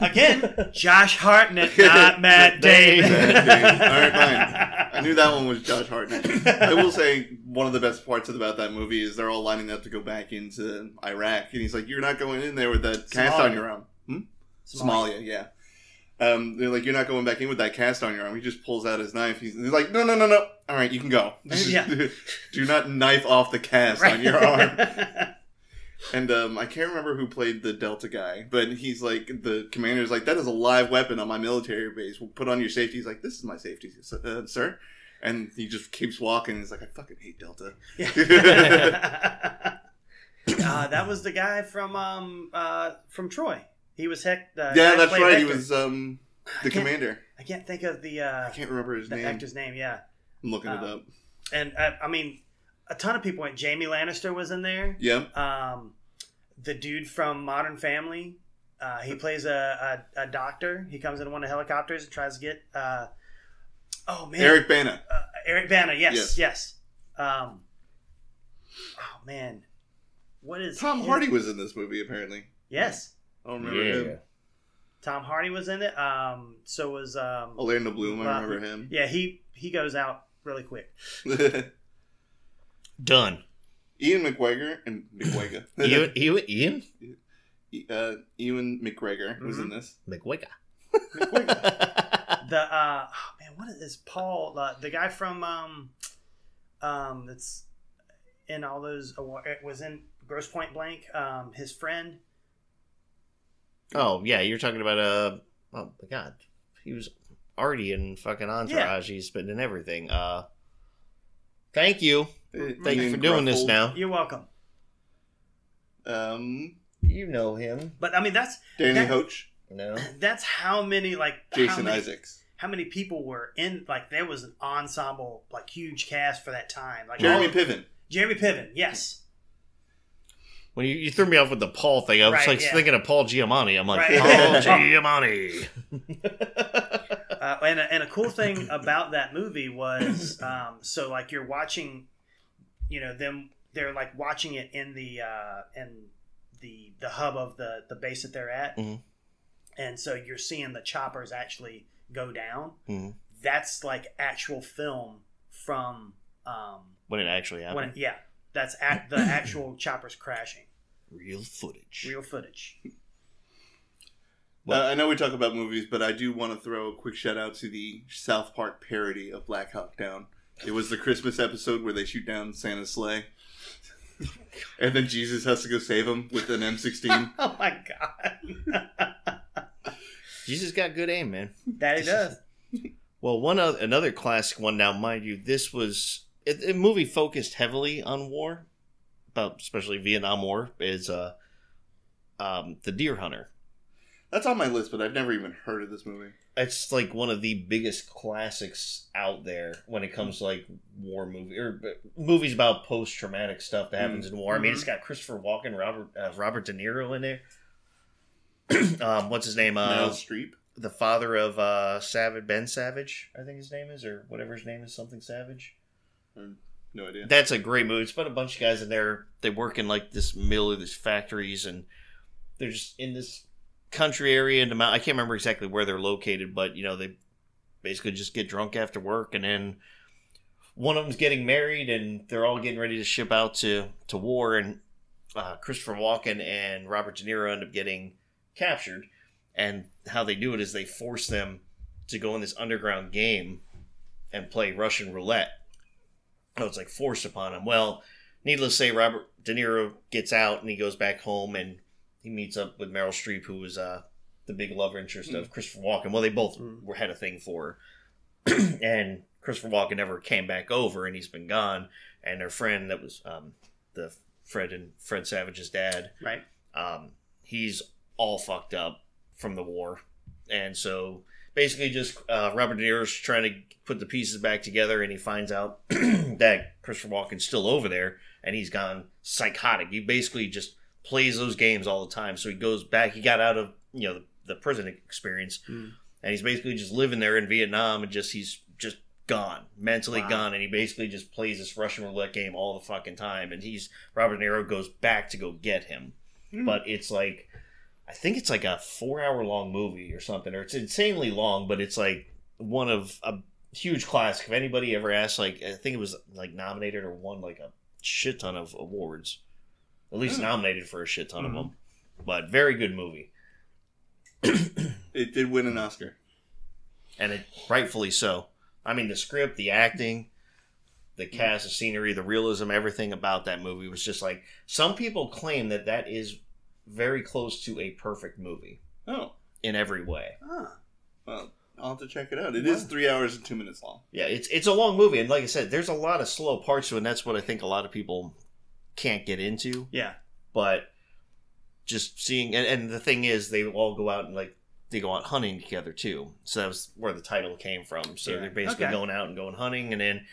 Speaker 2: Again, Josh Hartnett, not Matt Damon.
Speaker 1: Matt
Speaker 3: I knew that one was Josh Hartnett. I will say one of the best parts about that movie is they're all lining up to go back into Iraq, and he's like, "You're not going in there with that cast on
Speaker 2: Somalia.
Speaker 3: your arm." Hmm?
Speaker 2: Somalia.
Speaker 3: Somalia, yeah. Um, they're like, "You're not going back in with that cast on your arm." He just pulls out his knife. He's, he's like, "No, no, no, no. All right, you can go.
Speaker 2: Yeah.
Speaker 3: Do not knife off the cast
Speaker 2: Right.
Speaker 3: on your arm." And um, I can't remember who played the Delta guy, but he's like the commander's like that is a live weapon on my military base. We'll put on your safety. He's like, this is my safety, s- uh, sir. And he just keeps walking. He's like, I fucking hate Delta.
Speaker 2: uh, that was the guy from um uh from Troy. He was heck. Uh,
Speaker 3: yeah,
Speaker 2: guy
Speaker 3: that's
Speaker 2: played
Speaker 3: right. He
Speaker 2: Hector.
Speaker 3: was um, the
Speaker 2: I can't-
Speaker 3: commander.
Speaker 2: I can't think of the uh
Speaker 3: I can't remember his
Speaker 2: the
Speaker 3: name.
Speaker 2: actor's name. Yeah,
Speaker 3: I'm looking
Speaker 2: um,
Speaker 3: it up.
Speaker 2: and I, I mean, a ton of people went. Jamie Lannister was in there.
Speaker 3: Yeah,
Speaker 2: Um, the dude from Modern Family. Uh, he plays a, a, a doctor. He comes in one of the helicopters and tries to get. Uh, oh man,
Speaker 3: Eric Bana.
Speaker 2: uh, Eric Bana. Yes, yes.
Speaker 3: Yes.
Speaker 2: Um, oh man, what is
Speaker 3: Tom
Speaker 2: his-
Speaker 3: Hardy was in this movie apparently.
Speaker 2: Yes.
Speaker 3: I don't remember
Speaker 1: Yeah.
Speaker 3: him.
Speaker 2: Tom Hardy was in it. Um, so was um,
Speaker 3: Orlando Bloom, I
Speaker 2: Wow.
Speaker 3: remember him.
Speaker 2: yeah. He he goes out really quick.
Speaker 1: Done.
Speaker 3: Ian McGregor and McGregor.
Speaker 1: Ian, Ian, Ian
Speaker 3: uh, Ewan McGregor was
Speaker 2: Mm-hmm.
Speaker 3: in this.
Speaker 1: McWicker.
Speaker 3: McGregor.
Speaker 2: The uh, oh, man, what is Paul? Uh, the guy from um, um, that's in all those award, was in Gross Point Blank. Um, his friend.
Speaker 1: oh yeah, you're talking about uh oh my god, he was already in fucking Entourage. He's been in everything. Uh, thank you, thank you
Speaker 3: Ian
Speaker 1: for doing this.
Speaker 3: Gruffle.
Speaker 1: Now
Speaker 2: You're welcome.
Speaker 3: Um,
Speaker 1: you know him.
Speaker 2: But I mean, that's
Speaker 3: Danny
Speaker 2: That-
Speaker 3: Hoach,
Speaker 1: No,
Speaker 2: that's how many like how
Speaker 3: Jason
Speaker 2: many,
Speaker 3: Isaacs.
Speaker 2: How many people were in? Like there was an ensemble, like huge cast for that time. Like
Speaker 3: Jeremy
Speaker 2: all-
Speaker 3: Piven.
Speaker 2: Jeremy Piven. Yes.
Speaker 1: when you, you threw me off with the Paul thing, I was
Speaker 2: Right,
Speaker 1: like
Speaker 2: yeah.
Speaker 1: thinking of Paul Giamatti. I'm like
Speaker 2: Right.
Speaker 1: Paul Giamatti.
Speaker 2: uh, and, a, and a cool thing about that movie was um, so like you're watching you know them they're like watching it in the uh, in the the hub of the the base that they're at
Speaker 1: Mhm.
Speaker 2: and so you're seeing the choppers actually go down
Speaker 1: Mhm.
Speaker 2: that's like actual film from um
Speaker 1: when it actually happened,
Speaker 2: when yeah that's at the actual choppers crashing
Speaker 1: real footage.
Speaker 2: real footage
Speaker 1: Well-
Speaker 3: uh, I know we talk about movies, but I do want to throw a quick shout out to the South Park parody of Black Hawk Down. It was the Christmas episode where they shoot down Santa's sleigh, and then Jesus has to go save him with an M16.
Speaker 2: oh my god
Speaker 1: Jesus got good aim, man.
Speaker 2: that it does
Speaker 1: Well, one other, another classic one. Now, mind you, this was a, a movie focused heavily on war, about especially Vietnam War. Is uh, um, the Deer Hunter.
Speaker 3: That's on my list, but I've never even heard of this movie.
Speaker 1: It's like one of the biggest classics out there when it comes to like war movie or uh, movies about post traumatic stuff that happens in war. I mean, it's got Christopher Walken, Robert uh, Robert De Niro in there. um, what's his name? Uh,
Speaker 3: Meryl Streep.
Speaker 1: the father of uh, Savage Ben Savage, I think his name is, or whatever his name is, something Savage.
Speaker 3: No idea.
Speaker 1: That's a great movie. It's about a bunch of guys in there. They work in like this mill or these factories, and they're just in this country area in the mountain. I can't remember exactly where they're located, but you know they basically just get drunk after work, and then one of them's getting married, and they're all getting ready to ship out to to war, and uh, Christopher Walken and Robert De Niro end up getting captured, and how they do it is they force them to go in this underground game and play Russian roulette. Oh, it's like forced upon him. Well, needless to say, Robert De Niro gets out and he goes back home and he meets up with Meryl Streep, who was uh, the big love interest of Christopher Walken. Well, they both
Speaker 2: Mm.
Speaker 1: were had a thing for her, and Christopher Walken never came back over, and he's been gone. And her friend, that was um, the Fred and Fred Savage's dad,
Speaker 2: right
Speaker 1: um, he's all fucked up from the war, and so basically just uh, Robert De Niro's trying to put the pieces back together, and he finds out that Christopher Walken's still over there, and he's gone psychotic. He basically just plays those games all the time, so he goes back. He got out of you know the, the prison experience,
Speaker 2: Mm.
Speaker 1: and he's basically just living there in Vietnam, and just he's just gone mentally
Speaker 2: Wow.
Speaker 1: gone and he basically just plays this russian roulette game all the fucking time and he's robert de niro goes back to go get him but it's like I think it's like a four hour long movie or something, or it's insanely long, but it's like one of a huge classic. If anybody ever asked, like I think it was like nominated or won like a shit ton of awards, at least
Speaker 3: Hmm.
Speaker 1: nominated for a shit ton
Speaker 2: Mhm.
Speaker 1: of them. But very good movie,
Speaker 3: It did win an Oscar.
Speaker 1: and it rightfully so. I mean, the script, the acting, the cast, the scenery, the realism, everything about that movie was just like some people claim that that is very close to a perfect movie
Speaker 3: Oh,
Speaker 1: in every way.
Speaker 2: Huh.
Speaker 3: well, I'll have to check it out. It is three hours and two minutes long.
Speaker 1: Yeah, it's it's a long movie, and like I said, there's a lot of slow parts to it, and that's what I think a lot of people can't get into.
Speaker 2: yeah
Speaker 1: But just seeing, and, and the thing is, they all go out and like they go out hunting together too. So that was where the title came from. So
Speaker 2: Yeah.
Speaker 1: they're basically
Speaker 2: Okay.
Speaker 1: going out and going hunting, and then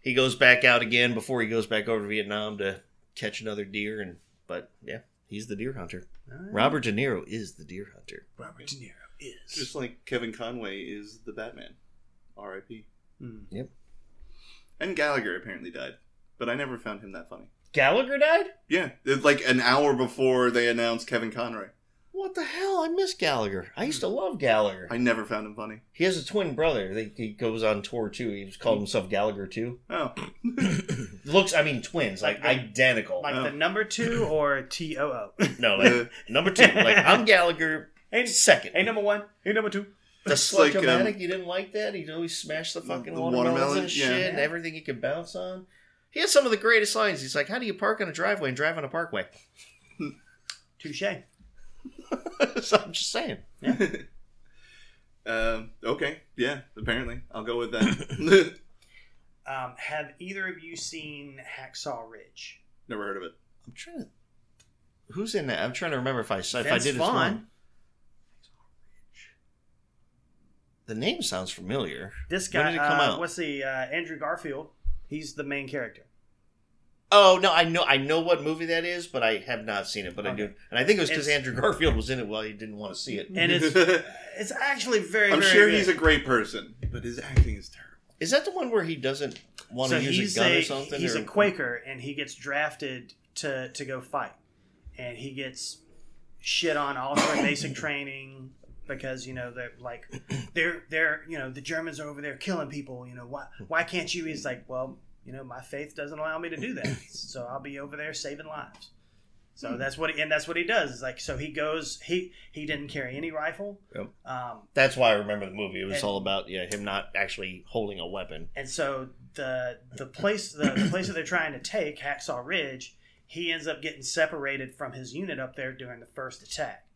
Speaker 1: he goes back out again before he goes back over to Vietnam to catch another deer. And but yeah, he's the deer hunter.
Speaker 2: Hmm.
Speaker 1: Robert De Niro is the deer hunter.
Speaker 2: Robert De Niro is.
Speaker 3: Just like Kevin Conway is the Batman. R.I.P.
Speaker 2: Mm.
Speaker 3: And Gallagher apparently died, but I never found him that funny.
Speaker 1: Gallagher died.
Speaker 3: Yeah, it's like an hour before they announced Kevin Conroy.
Speaker 1: what the hell? I miss Gallagher. I used to love Gallagher.
Speaker 3: I never found him funny.
Speaker 1: He has a twin brother. They, he goes on tour too. He was called himself Gallagher too.
Speaker 3: Oh,
Speaker 1: Looks, I mean, twins, like,
Speaker 2: Like the-
Speaker 1: identical.
Speaker 2: Like
Speaker 3: Oh.
Speaker 2: the number two or T O O.
Speaker 1: no, like
Speaker 3: Uh,
Speaker 1: number two. Like I'm Gallagher.
Speaker 2: Hey,
Speaker 1: Second,
Speaker 2: hey, number one. Hey, number two.
Speaker 1: the
Speaker 3: It's like, um,
Speaker 1: slug-o-matic, you didn't like that? He'd always smash the fucking
Speaker 3: the
Speaker 1: watermelons
Speaker 3: watermelon,
Speaker 1: and shit
Speaker 3: yeah.
Speaker 1: and everything he could bounce on. He has some of the greatest lines. He's like, how do you park on a driveway and drive on a parkway?
Speaker 2: Touche.
Speaker 1: so I'm just saying.
Speaker 3: um, okay, yeah. Apparently, I'll go with that.
Speaker 2: Um, have either of you seen Hacksaw Ridge?
Speaker 3: never heard of it.
Speaker 1: I'm trying to... Who's in that? I'm trying to remember if I, if I
Speaker 2: Vince
Speaker 1: did it
Speaker 2: Vaughn.
Speaker 1: wrong. The name sounds familiar.
Speaker 2: This
Speaker 1: When
Speaker 2: guy.
Speaker 1: did it come
Speaker 2: uh,
Speaker 1: out?
Speaker 2: What's the uh, Andrew Garfield? He's the main character.
Speaker 1: Oh no, I know I know what movie that is, but I have not seen it. But I do,
Speaker 2: Okay.
Speaker 1: and I think it was because
Speaker 2: It's-
Speaker 1: Andrew Garfield was in it while he didn't want to see it.
Speaker 2: And it's it's actually very.
Speaker 3: I'm
Speaker 2: very
Speaker 3: sure
Speaker 2: good.
Speaker 3: he's a great person, but his acting is terrible.
Speaker 1: Is that the one where he doesn't want to use a gun or something?
Speaker 2: He's
Speaker 1: or-
Speaker 2: a Quaker, and he gets drafted to to go fight, and he gets shit on all through basic training because you know they're like they're they're you know the Germans are over there killing people. You know why why can't you? He's like, well, you know my faith doesn't allow me to do that, so I'll be over there saving lives. So
Speaker 1: Hmm.
Speaker 2: that's what he, and that's what he does. Is like so he goes he he didn't carry any rifle.
Speaker 1: Yep.
Speaker 2: Um,
Speaker 1: That's why I remember the movie. It was
Speaker 2: And-
Speaker 1: all about yeah him not actually holding a weapon.
Speaker 2: And so the the place the, the place that they're trying to take, Hacksaw Ridge, he ends up getting separated from his unit up there during the first attack.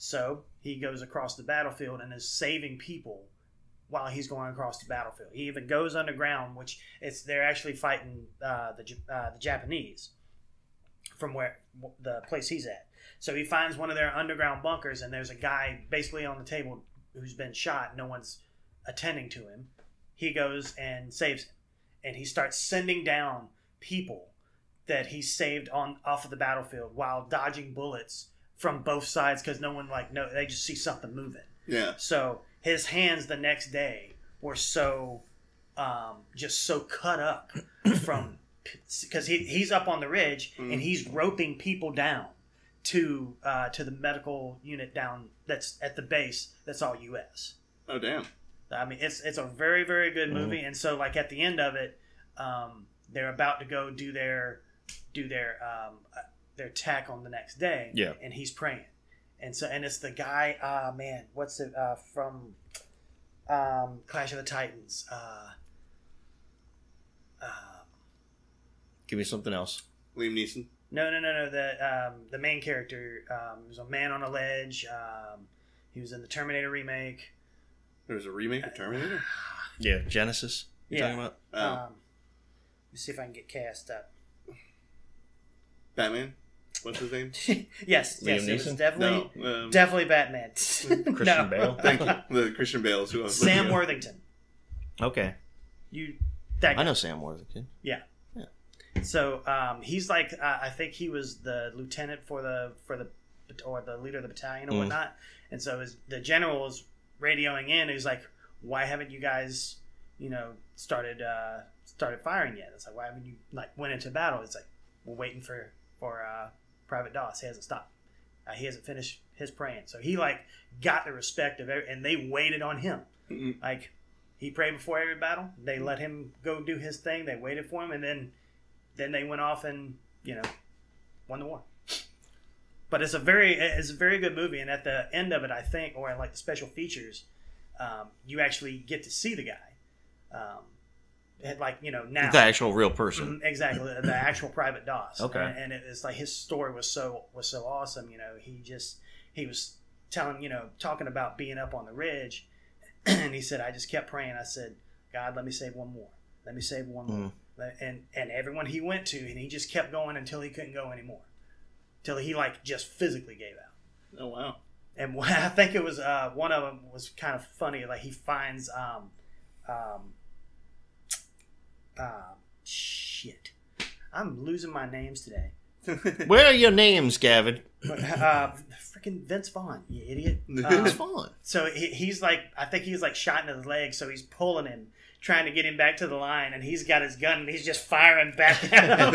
Speaker 2: So he goes across the battlefield and is saving people while he's going across the battlefield. He even goes underground, which it's they're actually fighting uh, the J- uh, the Japanese from where the place he's at. So he finds one of their underground bunkers, and there's a guy basically on the table who's been shot. No one's attending to him he goes and saves him and he starts sending down people that he saved on off of the battlefield while dodging bullets from both sides because no one like no they just see something moving
Speaker 3: Yeah,
Speaker 2: so his hands the next day were so um, just so cut up from because he, he's up on the ridge and he's roping people down to uh, to the medical unit down that's at the base that's all us
Speaker 3: oh damn.
Speaker 2: I mean, it's it's a very very good movie, and so like at the end of it, um, they're about to go do their do their um, uh, their tack on the next day.
Speaker 1: Yeah.
Speaker 2: and he's praying, and so and it's the guy. Ah, man, what's it uh, from? Um, Clash of the Titans. Uh, uh,
Speaker 1: Give me something else.
Speaker 3: Liam Neeson.
Speaker 2: no, no, no, no. The um, the main character um, was a man on a ledge. Um, he was in the Terminator remake.
Speaker 3: There was a remake of Terminator.
Speaker 1: Yeah, Genesis. You
Speaker 2: Yeah.
Speaker 1: talking about?
Speaker 3: Oh,
Speaker 2: Um, let me see if I can get cast up.
Speaker 3: Batman. What's his name?
Speaker 2: yes, yes,
Speaker 1: Liam
Speaker 2: it was
Speaker 1: Neeson?
Speaker 2: definitely
Speaker 3: no, um,
Speaker 2: definitely Batman.
Speaker 1: Christian Bale?
Speaker 3: thank you. The Christian Bale's who I was
Speaker 2: Sam
Speaker 3: looking at.
Speaker 2: Worthington.
Speaker 1: Okay,
Speaker 2: You that
Speaker 1: I
Speaker 2: guy.
Speaker 1: know Sam Worthington.
Speaker 2: So um, he's like uh, I think he was the lieutenant for the for the or the leader of the battalion or
Speaker 1: Mm.
Speaker 2: whatnot. And so his, the general is radioing in. He's like, "Why haven't you guys, you know, started uh, started firing yet?" It's like, "Why haven't you like went into battle?" It's like, "We're waiting for for uh, Private Doss. He hasn't stopped. Uh, he hasn't finished his praying." So he like got the respect of every, and they waited on him.
Speaker 3: Mm.
Speaker 2: Like he prayed before every battle. They let him go do his thing. They waited for him, and then then they went off and you know won the war. But it's a very it's a very good movie, and at the end of it, I think, or like the special features, um, you actually get to see the guy, um, it- like you know now
Speaker 1: The actual real person.
Speaker 2: Mm, exactly the actual Private Doss.
Speaker 1: Okay.
Speaker 2: and, and it, it's like his story was so was so awesome. You know, he just he was telling you know talking about being up on the ridge, and he said, I just kept praying. I said, God, let me save one more. Let me save one
Speaker 1: Mm-hmm.
Speaker 2: more. Let- And and everyone he went to, and he just kept going until he couldn't go anymore, till he like just physically gave out.
Speaker 3: Oh wow.
Speaker 2: And one- I think it was uh, one of them was kind of funny. Like he finds um, um, uh, shit. I'm losing my names today.
Speaker 1: Where are your names, Gavin?
Speaker 2: But, uh, freaking Vince Vaughn, you idiot.
Speaker 1: It's
Speaker 2: Um,
Speaker 1: fun.
Speaker 2: so he, he's like, I think he's like shot in his leg, so he's pulling him, trying to get him back to the line, and he's got his gun and he's just firing back at him,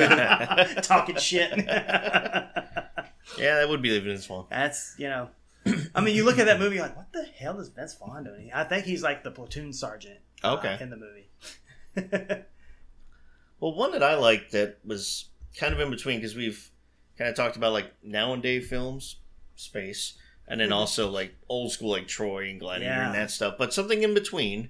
Speaker 2: talking shit.
Speaker 1: Yeah, that would be the Vince Vaughn.
Speaker 2: That's you know, I mean, you look at that movie, you're like, what the hell is Vince Vaughn doing? I think he's like the platoon sergeant. uh,
Speaker 1: Okay.
Speaker 2: in the movie.
Speaker 1: Well, one that I liked that was kind of in between because we've kind of talked about like nowadays films, space, and then also like old school like Troy and Gladiator and
Speaker 2: Mm-hmm. Yeah.
Speaker 1: that stuff. But something in between,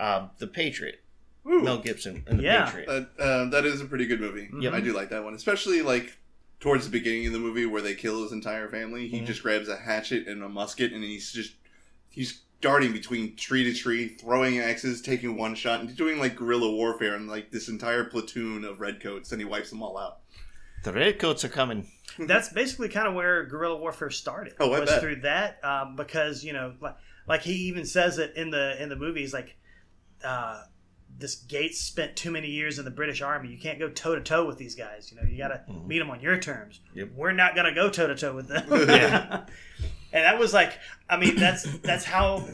Speaker 1: um, The Patriot,
Speaker 2: Ooh.
Speaker 1: Mel Gibson and The
Speaker 2: Yeah.
Speaker 1: Patriot.
Speaker 3: That, uh, that is a pretty good movie.
Speaker 2: Yep.
Speaker 3: I do like that one, especially like towards the beginning of the movie where they kill his entire family. He
Speaker 2: Mm-hmm.
Speaker 1: Mhm.
Speaker 3: just grabs a hatchet and a musket, and he's just he's darting between tree to tree, throwing axes, taking one shot, and doing like guerrilla warfare and like this entire platoon of redcoats, and he wipes them all out.
Speaker 1: the Redcoats are coming.
Speaker 2: that's basically kind of where guerrilla warfare started.
Speaker 3: Oh, I
Speaker 2: was
Speaker 3: bet.
Speaker 2: through that um, because you know, like, like he even says it in the in the movies, like uh, this Gates spent too many years in the British Army. You can't go toe to toe with these guys. You know, you got to
Speaker 3: Mm-hmm.
Speaker 1: Mhm.
Speaker 2: meet them on your terms.
Speaker 1: Yep.
Speaker 2: We're not gonna go toe to toe with them.
Speaker 1: Yeah.
Speaker 2: and that was like, I mean, that's that's how.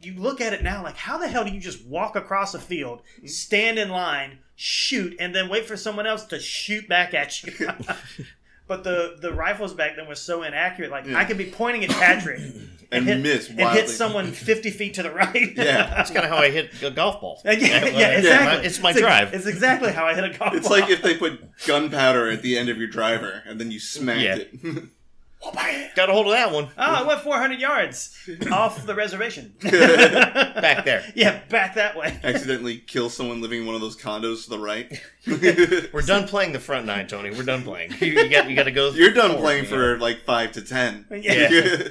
Speaker 2: You look at it now, like how the hell do you just walk across a field, stand in line, shoot, and then wait for someone else to shoot back at you? But the the rifles back then were so inaccurate. Like
Speaker 3: Yeah.
Speaker 2: I could be pointing at Patrick
Speaker 3: And
Speaker 2: hit,
Speaker 3: miss
Speaker 2: and
Speaker 3: wildly.
Speaker 2: hit someone fifty feet to the right.
Speaker 3: Yeah.
Speaker 1: That's kind of how I hit a golf ball.
Speaker 2: yeah, yeah,
Speaker 1: Like, it's
Speaker 2: exactly.
Speaker 1: my- It's my
Speaker 2: ex-
Speaker 1: drive.
Speaker 2: It's exactly how I hit a golf
Speaker 3: It's
Speaker 2: ball.
Speaker 3: like if they put gunpowder at the end of your driver and then you smacked
Speaker 1: Yeah.
Speaker 3: it.
Speaker 1: Got a hold of that one
Speaker 2: oh, I went four hundred yards off the reservation.
Speaker 1: back there.
Speaker 2: yeah, back that way.
Speaker 3: Accidentally kill someone living in one of those condos to the right.
Speaker 1: We're done playing the front nine, Tony. We're done playing. You, you got you got to go.
Speaker 3: You're done
Speaker 1: forward,
Speaker 3: playing
Speaker 1: you know.
Speaker 3: for like five to ten.
Speaker 2: Yeah.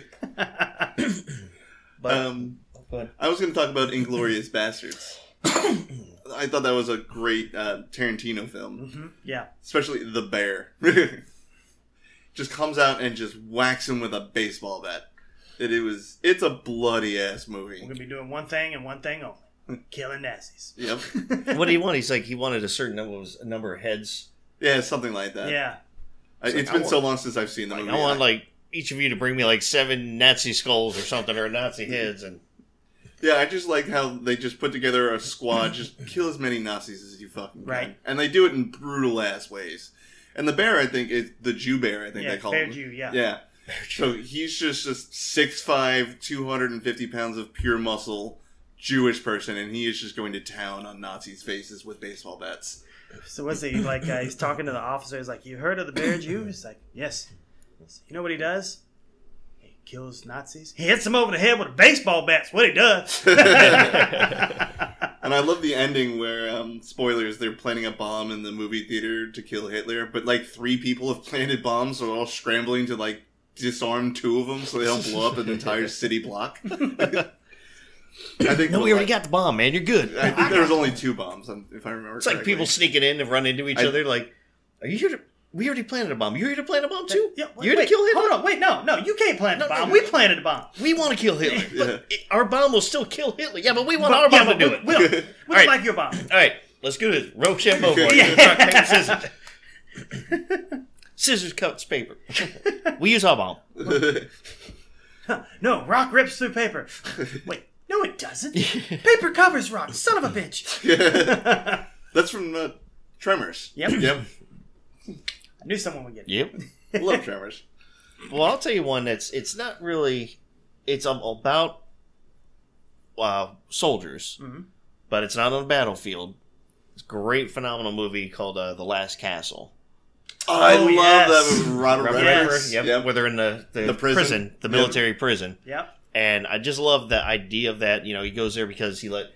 Speaker 1: But,
Speaker 3: um,
Speaker 1: but
Speaker 3: I was going to talk about Inglorious Bastards. I thought that was a great uh, Tarantino film,
Speaker 2: hmm Yeah.
Speaker 3: especially the bear. just comes out and just whacks him with a baseball bat. It, it was it's a bloody ass
Speaker 2: We're
Speaker 3: movie.
Speaker 2: gonna be doing one thing and one thing only: killing Nazis.
Speaker 3: Yep.
Speaker 1: what do you want? He's like he wanted a certain number, was a number of heads.
Speaker 3: Yeah, something like that.
Speaker 2: Yeah.
Speaker 3: I,
Speaker 1: It's
Speaker 3: it's
Speaker 1: like, I
Speaker 3: been so
Speaker 1: want-
Speaker 3: long since I've seen the
Speaker 1: Like,
Speaker 3: movie.
Speaker 1: I want like each of you to bring me like seven Nazi skulls or something or Nazi heads, and
Speaker 3: Yeah, I just like how they just put together a squad, just kill as many Nazis as you fucking can.
Speaker 2: Right.
Speaker 3: And they do it in brutal ass ways. And the bear, I think, is the Jew bear, I think
Speaker 2: Yeah.
Speaker 3: they call
Speaker 2: Fair
Speaker 3: him.
Speaker 2: Jew. Yeah.
Speaker 3: Yeah. So he's just just 6'5, 250 pounds of pure muscle Jewish person, and he is just going to town on Nazis' faces with baseball bats.
Speaker 2: So what's he like? Uh, he's talking to the officer. He's like, "You heard of the Bear Jew?" He's like, "Yes." He's like, you know what he does? He kills Nazis. He hits them over the head with a baseball bat. That's what he does.
Speaker 3: And I love the ending where, um, spoilers, they're planting a bomb in the movie theater to kill Hitler, but like three people have planted bombs, so they're all scrambling to like disarm two of them so they don't blow up an entire city block. I think
Speaker 1: no, we already got the bomb, man. You're good.
Speaker 3: I think there was only two bombs, um, if I remember.
Speaker 1: it's like
Speaker 3: correctly.
Speaker 1: people sneaking in and run into each
Speaker 3: I-
Speaker 1: other. Like, are you here to? We already planted a bomb. You here to plant a bomb too?
Speaker 2: Yeah, wait,
Speaker 1: You're to
Speaker 2: wait,
Speaker 1: kill Hitler.
Speaker 2: Hold on, wait, no, no, you can't plant
Speaker 1: No,
Speaker 2: a bomb.
Speaker 1: no.
Speaker 2: we planted a bomb.
Speaker 1: We want to kill Hitler,
Speaker 3: Yeah.
Speaker 1: but it- our bomb will still kill Hitler. Yeah, but we want
Speaker 2: But-
Speaker 1: our bomb
Speaker 2: yeah,
Speaker 1: to
Speaker 2: but
Speaker 1: do
Speaker 2: we,
Speaker 1: it.
Speaker 2: We don't, we don't
Speaker 1: Alright.
Speaker 2: like your bomb.
Speaker 1: All right, let's do this. Rochambeau, boy.
Speaker 2: Yeah.
Speaker 1: Rock, paper, scissors. scissors, cups, paper. we use our bomb.
Speaker 2: Huh, No, rock rips through paper. Wait, no, it doesn't. paper covers rock. Son of a bitch.
Speaker 3: That's from uh, Tremors.
Speaker 2: Yep.
Speaker 3: Yep.
Speaker 2: I knew someone would get it.
Speaker 1: Yep.
Speaker 3: Love Tremors.
Speaker 1: Well, I'll tell you one that's it's not really it's um, about uh, soldiers,
Speaker 2: Mhm.
Speaker 1: but it's not on the battlefield. It's a great, phenomenal movie called uh, The Last Castle.
Speaker 3: I love
Speaker 2: Oh, yes.
Speaker 3: that with Robert
Speaker 1: Remember?
Speaker 3: Redford.
Speaker 2: Yes.
Speaker 1: Yep.
Speaker 3: Yep.
Speaker 1: Where they're in the, the,
Speaker 3: The
Speaker 1: prison.
Speaker 3: prison.
Speaker 1: the
Speaker 3: Yep.
Speaker 1: military prison,
Speaker 2: Yep.
Speaker 1: and I just love the idea of that. You know, he goes there because he let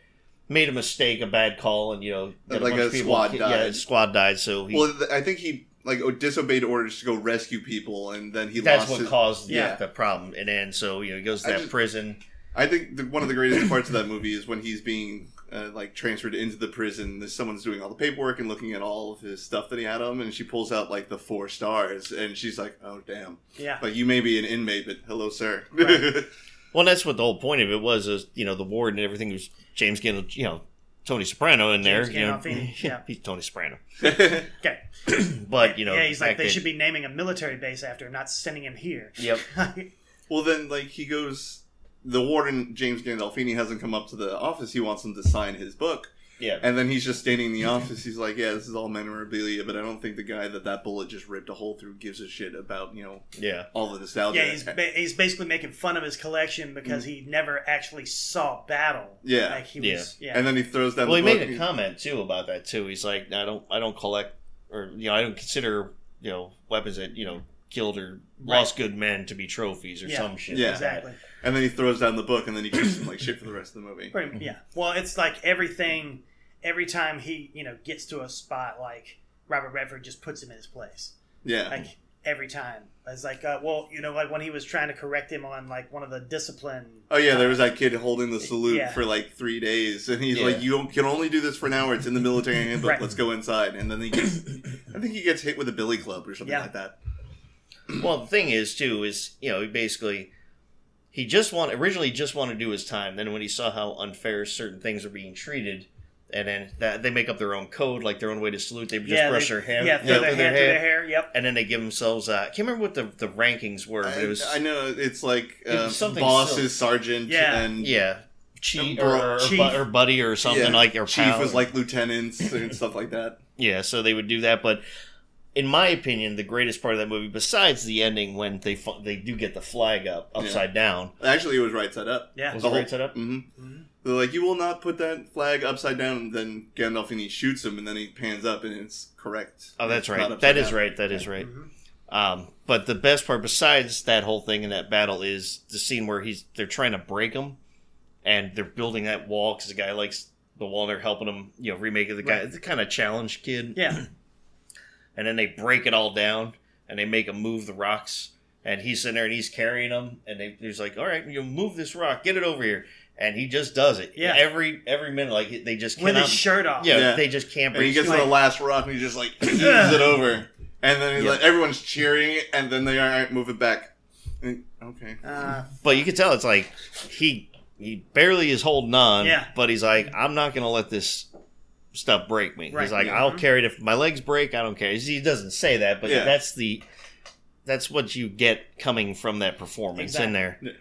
Speaker 1: made a mistake, a bad call, and you know, got
Speaker 3: Like
Speaker 1: bunch
Speaker 3: a
Speaker 1: of people-
Speaker 3: squad
Speaker 1: Yeah,
Speaker 3: died.
Speaker 1: a squad died. So he,
Speaker 3: Well, th- I think he like o- disobeyed orders to go rescue people, and then he
Speaker 1: that's
Speaker 3: lost.
Speaker 1: what
Speaker 3: his-
Speaker 1: caused the-
Speaker 3: Yeah.
Speaker 1: the problem. And then so you know, he goes to
Speaker 3: I
Speaker 1: that
Speaker 3: just-
Speaker 1: prison.
Speaker 3: I think the, one of the greatest parts of that movie is when he's being uh, like transferred into the prison. There's someone's doing all the paperwork and looking at all of his stuff that he had on him, and she pulls out like the four stars, and she's like, "Oh damn,
Speaker 2: Yeah.
Speaker 3: like you may be an inmate, but hello, sir."
Speaker 2: Right.
Speaker 1: Well, that's what the whole point of it was. Is you know the ward and everything was James Gandolf, you know Tony Soprano in there.
Speaker 2: James
Speaker 1: you know,
Speaker 2: Gandolfini, yeah.
Speaker 1: he's Tony Soprano,
Speaker 2: Okay.
Speaker 1: but you know,
Speaker 2: yeah, he's like, they
Speaker 1: should
Speaker 2: should be naming a military base after, not sending him here.
Speaker 1: Yep.
Speaker 3: Well, then, like, he goes. The warden, James Gandolfini, hasn't come up to the office. He wants him to sign his book.
Speaker 1: Yeah.
Speaker 3: And then he's just standing in the office. He's like, "Yeah, this is all memorabilia, but I don't think the guy that that bullet just ripped a hole through gives a shit about you know
Speaker 1: Yeah.
Speaker 3: all the nostalgia."
Speaker 2: Yeah, he's ba- he's basically making fun of his collection because he never actually saw battle.
Speaker 3: Yeah.
Speaker 2: like he
Speaker 1: Yeah.
Speaker 2: was. Yeah,
Speaker 3: and then he throws down.
Speaker 1: Well, he
Speaker 3: the book
Speaker 1: made
Speaker 3: and
Speaker 1: a
Speaker 3: he-
Speaker 1: comment too about that too. He's like, I don't, I don't collect, or you know, I don't consider you know weapons that you know killed or lost good men to be trophies or
Speaker 2: Yeah.
Speaker 1: some shit.
Speaker 3: Yeah.
Speaker 1: like that.
Speaker 2: exactly.
Speaker 3: And then he throws down the book, and then he gives him like shit for the rest of the movie.
Speaker 2: Pretty, yeah. Well, it's like everything. Every time he you know gets to a spot, like Robert Redford just puts him in his place.
Speaker 3: Yeah,
Speaker 2: Like every time, it's like uh, well, you know, like when he was trying to correct him on like one of the discipline.
Speaker 3: Oh yeah, there was that kid holding the salute
Speaker 2: Yeah.
Speaker 3: for like three days, and he's
Speaker 1: Yeah.
Speaker 3: like, "You can only do this for an hour. It's in the military handbook.
Speaker 2: Right.
Speaker 3: Let's go inside." And then he gets, I think he gets hit with a billy club or something
Speaker 2: Yeah.
Speaker 3: like that.
Speaker 1: Well, the thing is too is you know he basically he just want originally just wanted to do his time. Then when he saw how unfair certain things were being treated, and then that they make up their own code, like their own way to salute. They just
Speaker 2: yeah,
Speaker 1: brush
Speaker 2: they-
Speaker 1: their hand,
Speaker 2: Yeah, through
Speaker 1: yeah,
Speaker 2: their hand, through their hair. Yep.
Speaker 1: and then they give themselves. Uh, I can't remember what the the rankings were, but
Speaker 3: I,
Speaker 1: it was
Speaker 3: I know it's like
Speaker 1: It was
Speaker 3: uh,
Speaker 1: something
Speaker 3: boss
Speaker 1: silly.
Speaker 3: is sergeant,
Speaker 2: Yeah.
Speaker 3: and
Speaker 1: yeah. Chief
Speaker 3: And
Speaker 1: or,
Speaker 3: bro-
Speaker 1: or,
Speaker 2: Chief.
Speaker 1: bu- or buddy or something
Speaker 3: Yeah.
Speaker 1: like or
Speaker 3: chief
Speaker 1: pal.
Speaker 3: was like lieutenants and stuff like that.
Speaker 1: Yeah, so they would do that. But in my opinion, the greatest part of that movie, besides the ending when they fu- they do get the flag up upside down,
Speaker 3: Actually, it was right side up.
Speaker 2: Yeah.
Speaker 1: was
Speaker 3: The
Speaker 1: it
Speaker 3: whole-
Speaker 1: right set up?
Speaker 3: hmm
Speaker 2: Mhm.
Speaker 3: They're like, "You will not put that flag upside down." And then Gandalfini shoots him, and then he pans up, and it's correct.
Speaker 1: Oh, that's
Speaker 3: It's not
Speaker 1: right.
Speaker 3: upside
Speaker 1: That is
Speaker 3: down.
Speaker 1: right. That is right.
Speaker 2: Mhm.
Speaker 1: Um, but the best part, besides that whole thing in that battle, is the scene where he's they're trying to break him, and they're building that wall because the guy likes the wall. and They're helping him, you know, remake it. The guy,
Speaker 2: Right.
Speaker 1: the kind of challenge kid.
Speaker 2: Yeah.
Speaker 1: and then they break it all down and they make him move the rocks and he's sitting there and he's carrying them and they, he's like all right you move this rock get it over here and he just does it
Speaker 2: Yeah.
Speaker 1: every every minute like they just
Speaker 2: With
Speaker 1: cannot
Speaker 2: his shirt off.
Speaker 1: yeah,
Speaker 3: Yeah.
Speaker 1: they just can't
Speaker 3: And
Speaker 1: break
Speaker 3: he gets to the
Speaker 2: Like-
Speaker 3: last rock and he just like eases it over. And then he's
Speaker 1: Yeah.
Speaker 3: like, everyone's cheering, and then they aren't moving back. And- Okay.
Speaker 2: Uh,
Speaker 1: but you can tell it's like he he barely is holding on
Speaker 2: Yeah.
Speaker 1: but he's like i'm not gonna let this stuff break me
Speaker 2: Right. Mm-hmm.
Speaker 1: he's like
Speaker 3: Yeah.
Speaker 1: i'll carry it if my legs break i don't care he doesn't say that but
Speaker 3: Yeah.
Speaker 1: that's the that's what you get coming from that performance in
Speaker 2: Exactly.
Speaker 1: there
Speaker 3: Yeah. Uh,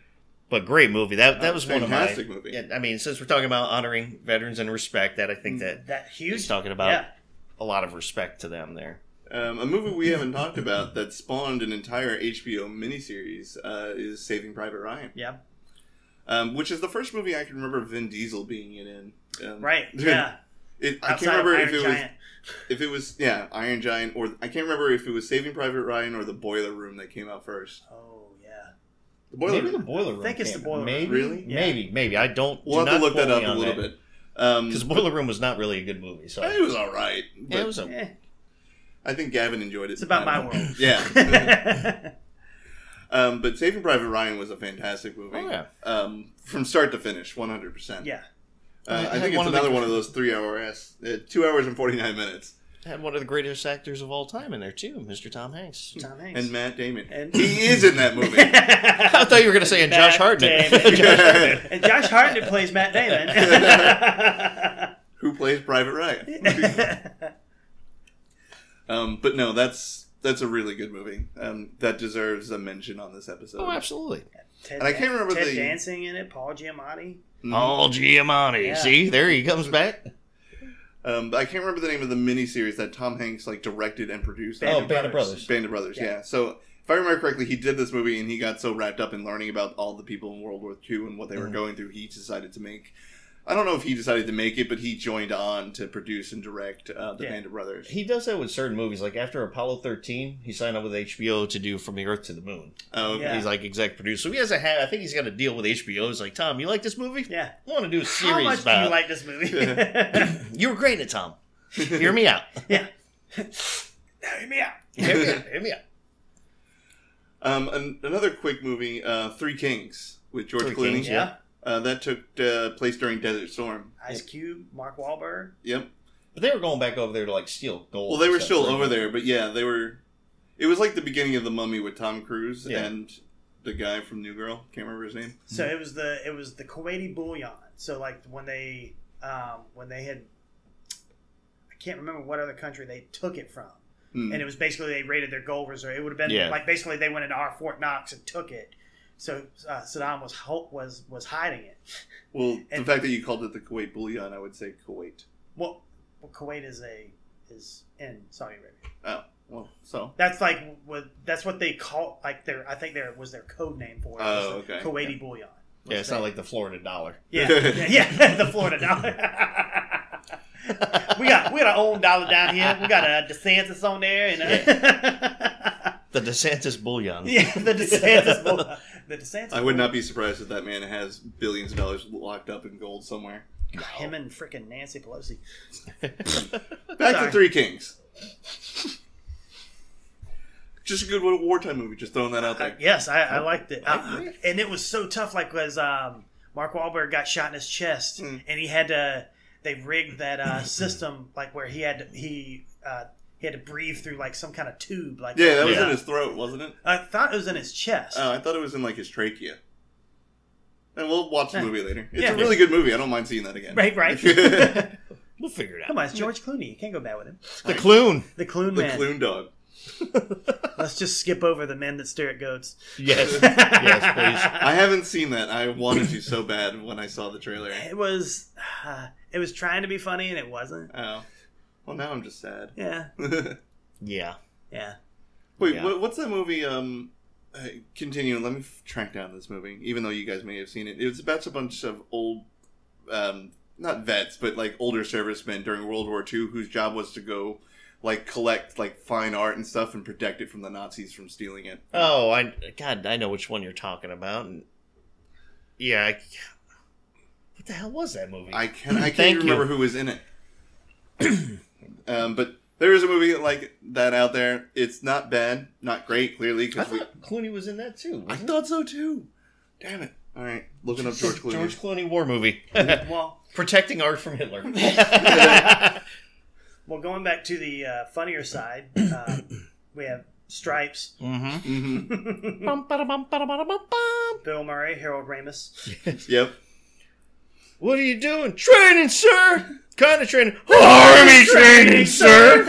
Speaker 1: but great movie that that was one of my
Speaker 3: fantastic movie.
Speaker 1: Yeah, I mean, since we're talking about honoring veterans and respect, that I think that
Speaker 2: that
Speaker 1: he's
Speaker 2: huge.
Speaker 1: talking about
Speaker 2: Mm. Yeah.
Speaker 1: a lot of respect to them there.
Speaker 3: Um, a movie we haven't talked about that spawned an entire HBO miniseries uh, is Saving Private Ryan,
Speaker 2: Yeah.
Speaker 3: um, which is the first movie I can remember Vin Diesel being in. Um,
Speaker 2: Right. Yeah.
Speaker 3: It, I
Speaker 2: Outside
Speaker 3: can't
Speaker 2: of
Speaker 3: remember
Speaker 2: Iron
Speaker 3: if it
Speaker 2: Giant.
Speaker 3: was if it was yeah Iron Giant or I can't remember if it was Saving Private Ryan or The Boiler Room that came out first.
Speaker 2: Oh yeah.
Speaker 3: The Boiler Room.
Speaker 1: boiler room.
Speaker 2: I think it's the
Speaker 1: came-
Speaker 2: boiler room.
Speaker 1: Maybe,
Speaker 3: Really?
Speaker 2: Yeah.
Speaker 1: Maybe, maybe. I don't.
Speaker 3: We'll
Speaker 1: do
Speaker 3: have to
Speaker 1: not
Speaker 3: look that
Speaker 1: quote
Speaker 3: up
Speaker 1: me
Speaker 3: a
Speaker 1: on
Speaker 3: little
Speaker 1: that.
Speaker 3: bit. Um,
Speaker 1: because boiler room was not really a good movie. So
Speaker 3: it was all right. But
Speaker 1: Yeah, it was a-
Speaker 2: Eh,
Speaker 3: I think Gavin enjoyed it.
Speaker 2: it's about my
Speaker 3: I don't know.
Speaker 2: world.
Speaker 3: Yeah. um, but Saving Private Ryan was a fantastic movie.
Speaker 1: Oh, yeah.
Speaker 3: Um, from start to finish, 100%.
Speaker 2: yeah.
Speaker 3: Uh,
Speaker 1: I
Speaker 3: I
Speaker 1: had
Speaker 3: think it's
Speaker 1: one of the-
Speaker 3: another one of those three hour ass, uh, two hours and 49 minutes.
Speaker 1: had one of the greatest actors of all time in there too, Mr. Tom Hanks.
Speaker 2: Tom Hanks.
Speaker 3: And Matt Damon.
Speaker 2: And-
Speaker 3: he is in that movie.
Speaker 1: I thought you were going to say and Josh
Speaker 2: Matt
Speaker 1: Hartnett.
Speaker 2: Damon.
Speaker 1: Josh Hartnett.
Speaker 2: and Josh Hartnett plays Matt Damon.
Speaker 3: Who plays Private Ryan? um, but no, that's that's a really good movie. Um, that deserves a mention on this episode.
Speaker 1: Oh, absolutely.
Speaker 2: Ted,
Speaker 3: And I can't remember
Speaker 2: Ted
Speaker 3: the-
Speaker 2: dancing in it. Paul Giamatti.
Speaker 3: Mhm.
Speaker 1: Oh, Giamatti.
Speaker 2: Yeah.
Speaker 1: See, there he comes back.
Speaker 3: Um, but I can't remember the name of the miniseries that Tom Hanks like directed and produced.
Speaker 2: Band
Speaker 1: oh,
Speaker 2: of
Speaker 1: Band of
Speaker 2: Brothers.
Speaker 1: Brothers.
Speaker 3: Band of Brothers,
Speaker 2: Yeah.
Speaker 3: yeah. So if I remember correctly, he did this movie and he got so wrapped up in learning about all the people in World War II and what they
Speaker 2: Mm-hmm.
Speaker 3: were
Speaker 1: Mhm.
Speaker 3: going through, he decided to make. I don't know if he decided to make it, but he joined on to produce and direct uh, the
Speaker 2: Yeah.
Speaker 3: Band of Brothers.
Speaker 1: He does that with certain movies. Like after Apollo 13, he signed up with HBO to do From the Earth to the Moon.
Speaker 3: Um,
Speaker 2: Yeah.
Speaker 1: He's like exec producer. So he has a hat. I think he's got a deal with HBO. He's like, Tom, you like this movie?
Speaker 2: Yeah.
Speaker 1: I want to do a
Speaker 2: How
Speaker 1: series
Speaker 2: much do
Speaker 1: about.
Speaker 2: you
Speaker 1: You,
Speaker 2: like this movie?
Speaker 1: you were great at it, Tom. Hear me out.
Speaker 2: Hear me out.
Speaker 1: Hear me out. Hear me out.
Speaker 3: um, an- another quick movie, uh, Three Kings with George
Speaker 1: Three
Speaker 3: Clooney.
Speaker 1: Kings,
Speaker 2: Yeah.
Speaker 3: Uh, that took uh, place during Desert Storm.
Speaker 2: Ice Cube, Mark Wahlberg.
Speaker 3: Yep.
Speaker 1: But they were going back over there to like steal gold.
Speaker 3: Well, they
Speaker 1: and
Speaker 3: were
Speaker 1: stuff,
Speaker 3: still
Speaker 1: so-
Speaker 3: over there, but yeah, they were. It was like the beginning of the Mummy with Tom Cruise
Speaker 1: Yeah.
Speaker 3: and the guy from New Girl. Can't remember his name.
Speaker 2: So it was the it was the Kuwaiti bullion. So like when they um, when they had I can't remember what other country they took it from,
Speaker 3: Hmm.
Speaker 2: and it was basically they raided their gold reserve. It would have been
Speaker 1: Yeah.
Speaker 2: like basically they went into our Fort Knox and took it. So uh, Saddam was ho- was was hiding it.
Speaker 3: Well,
Speaker 2: And-
Speaker 3: the fact that you called it the Kuwait bullion, I would say Kuwait.
Speaker 2: Well, well, Kuwait is a is in Saudi Arabia.
Speaker 3: Oh, well, so
Speaker 2: That's like what that's what they call like their I think there was their code name for it. It was
Speaker 3: Oh,
Speaker 2: the
Speaker 3: okay.
Speaker 2: Kuwaiti bullion.
Speaker 1: Yeah, it's not like the Florida dollar.
Speaker 2: Yeah, yeah, yeah, the Florida dollar. we got we got our own dollar down here. We got a DeSantis on there, and uh
Speaker 1: The DeSantis bullion.
Speaker 2: yeah, the DeSantis. bull- The DeSantis.
Speaker 3: I would not be surprised if that man has billions of dollars locked up in gold somewhere.
Speaker 2: Him and freaking Nancy Pelosi.
Speaker 3: Back
Speaker 2: Sorry.
Speaker 3: to Three Kings. just a good wartime movie. Just throwing that out
Speaker 2: I,
Speaker 3: there.
Speaker 2: yes, I, I liked it,
Speaker 1: I
Speaker 2: I-
Speaker 1: agree.
Speaker 2: and it was so tough. Like was um, Mark Wahlberg got shot in his chest,
Speaker 3: Mm.
Speaker 2: and he had to. They rigged that uh, system like where he had to, he uh, he had to breathe through like some kind of tube. Like
Speaker 3: Yeah, that was
Speaker 1: Yeah.
Speaker 3: in his throat, wasn't it?
Speaker 2: I thought it was in his chest.
Speaker 3: Oh, I thought it was in like his trachea. And we'll watch the
Speaker 2: Yeah.
Speaker 3: movie later. It's
Speaker 2: Yeah.
Speaker 3: a really good movie. I don't mind seeing that again.
Speaker 2: Right, right. Oh,
Speaker 3: the
Speaker 1: We'll figure it
Speaker 2: Come
Speaker 1: out.
Speaker 2: on, it's George Clooney. You can't go bad with him.
Speaker 1: The Clune.
Speaker 2: The Clune man.
Speaker 3: Clune Dog.
Speaker 2: Let's just skip over the men that stare at goats.
Speaker 1: Yes. yes,
Speaker 3: I haven't seen that. I wanted to so bad when I saw the trailer.
Speaker 2: It was, uh, it was trying to be funny and it wasn't.
Speaker 3: Oh, well, now I'm just sad.
Speaker 2: Yeah,
Speaker 3: Wait,
Speaker 1: please. Yeah.
Speaker 2: yeah.
Speaker 1: Yeah.
Speaker 3: what, what's that movie? Um, uh, continue. Let me f- track down this movie, even though you guys may have seen it. It was about a bunch of old, um, not vets, but like older servicemen during World War II, whose job was to go, like, collect like fine art and stuff and protect it from the Nazis from stealing it.
Speaker 1: Oh, I God, I know which one you're talking about. And yeah, I, what the hell was that movie?
Speaker 3: I can I
Speaker 1: Thank
Speaker 3: can't even remember who was in it. um, but there is a movie like that out there. It's not bad, not great, clearly.
Speaker 1: I
Speaker 3: Because we,
Speaker 1: thought Clooney was in that too.
Speaker 3: I
Speaker 1: wasn't
Speaker 3: thought so too. Damn it! All right, looking up
Speaker 1: he?
Speaker 3: George Clooney.
Speaker 1: George Clooney war movie.
Speaker 2: Well,
Speaker 1: Protecting art from Hitler. Mm-hmm.
Speaker 2: well, going back to the uh, funnier side, um, we have Stripes,
Speaker 1: mm-hmm.
Speaker 3: Mhm.
Speaker 1: bum, ba bum, ba bum, bum.
Speaker 2: Bill Murray, Harold Ramis.
Speaker 3: Yep.
Speaker 1: What are you doing? Training, sir. Kind of training. Army training, sir.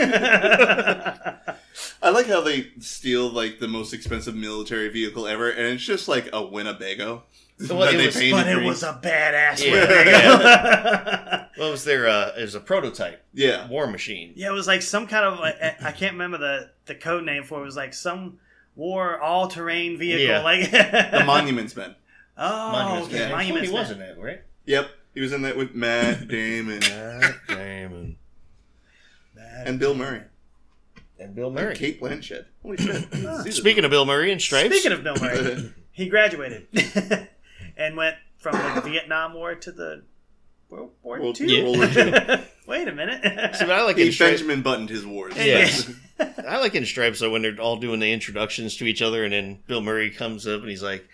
Speaker 3: I like how they steal like the most expensive military vehicle ever, and it's just like a Winnebago
Speaker 1: Well,
Speaker 3: that
Speaker 1: it
Speaker 3: they
Speaker 1: was-
Speaker 3: painted
Speaker 2: but it
Speaker 3: green.
Speaker 2: was a badass.
Speaker 1: Yeah.
Speaker 2: Yeah.
Speaker 1: What was there? Uh, is a prototype
Speaker 3: yeah,
Speaker 1: war machine.
Speaker 2: yeah, it was like some kind of like, I I can't remember the the code name for it. It was like some war all terrain vehicle.
Speaker 1: Yeah.
Speaker 2: Like
Speaker 3: the Monuments Men.
Speaker 2: Oh,
Speaker 1: Monuments
Speaker 2: okay.
Speaker 1: Man.
Speaker 2: Monuments
Speaker 1: Clooney
Speaker 2: Man.
Speaker 1: was in that, right?
Speaker 3: Yep, he was in that with Matt Damon
Speaker 1: Damon
Speaker 3: and Bill Murray,
Speaker 1: and Bill Murray.
Speaker 3: Kate Blanchett. Holy shit! Jesus.
Speaker 1: Speaking of Bill Murray and Stripes,
Speaker 2: Speaking of Bill Murray, he graduated and went from the Vietnam War to the World War
Speaker 3: World-
Speaker 2: II.
Speaker 3: World War
Speaker 2: Wait a minute.
Speaker 1: See, but I like
Speaker 3: He
Speaker 1: in Stripes.
Speaker 3: Benjamin buttoned his wars.
Speaker 1: Yes. I like in Stripes though when they're all doing the introductions to each other, and then Bill Murray comes up and he's like,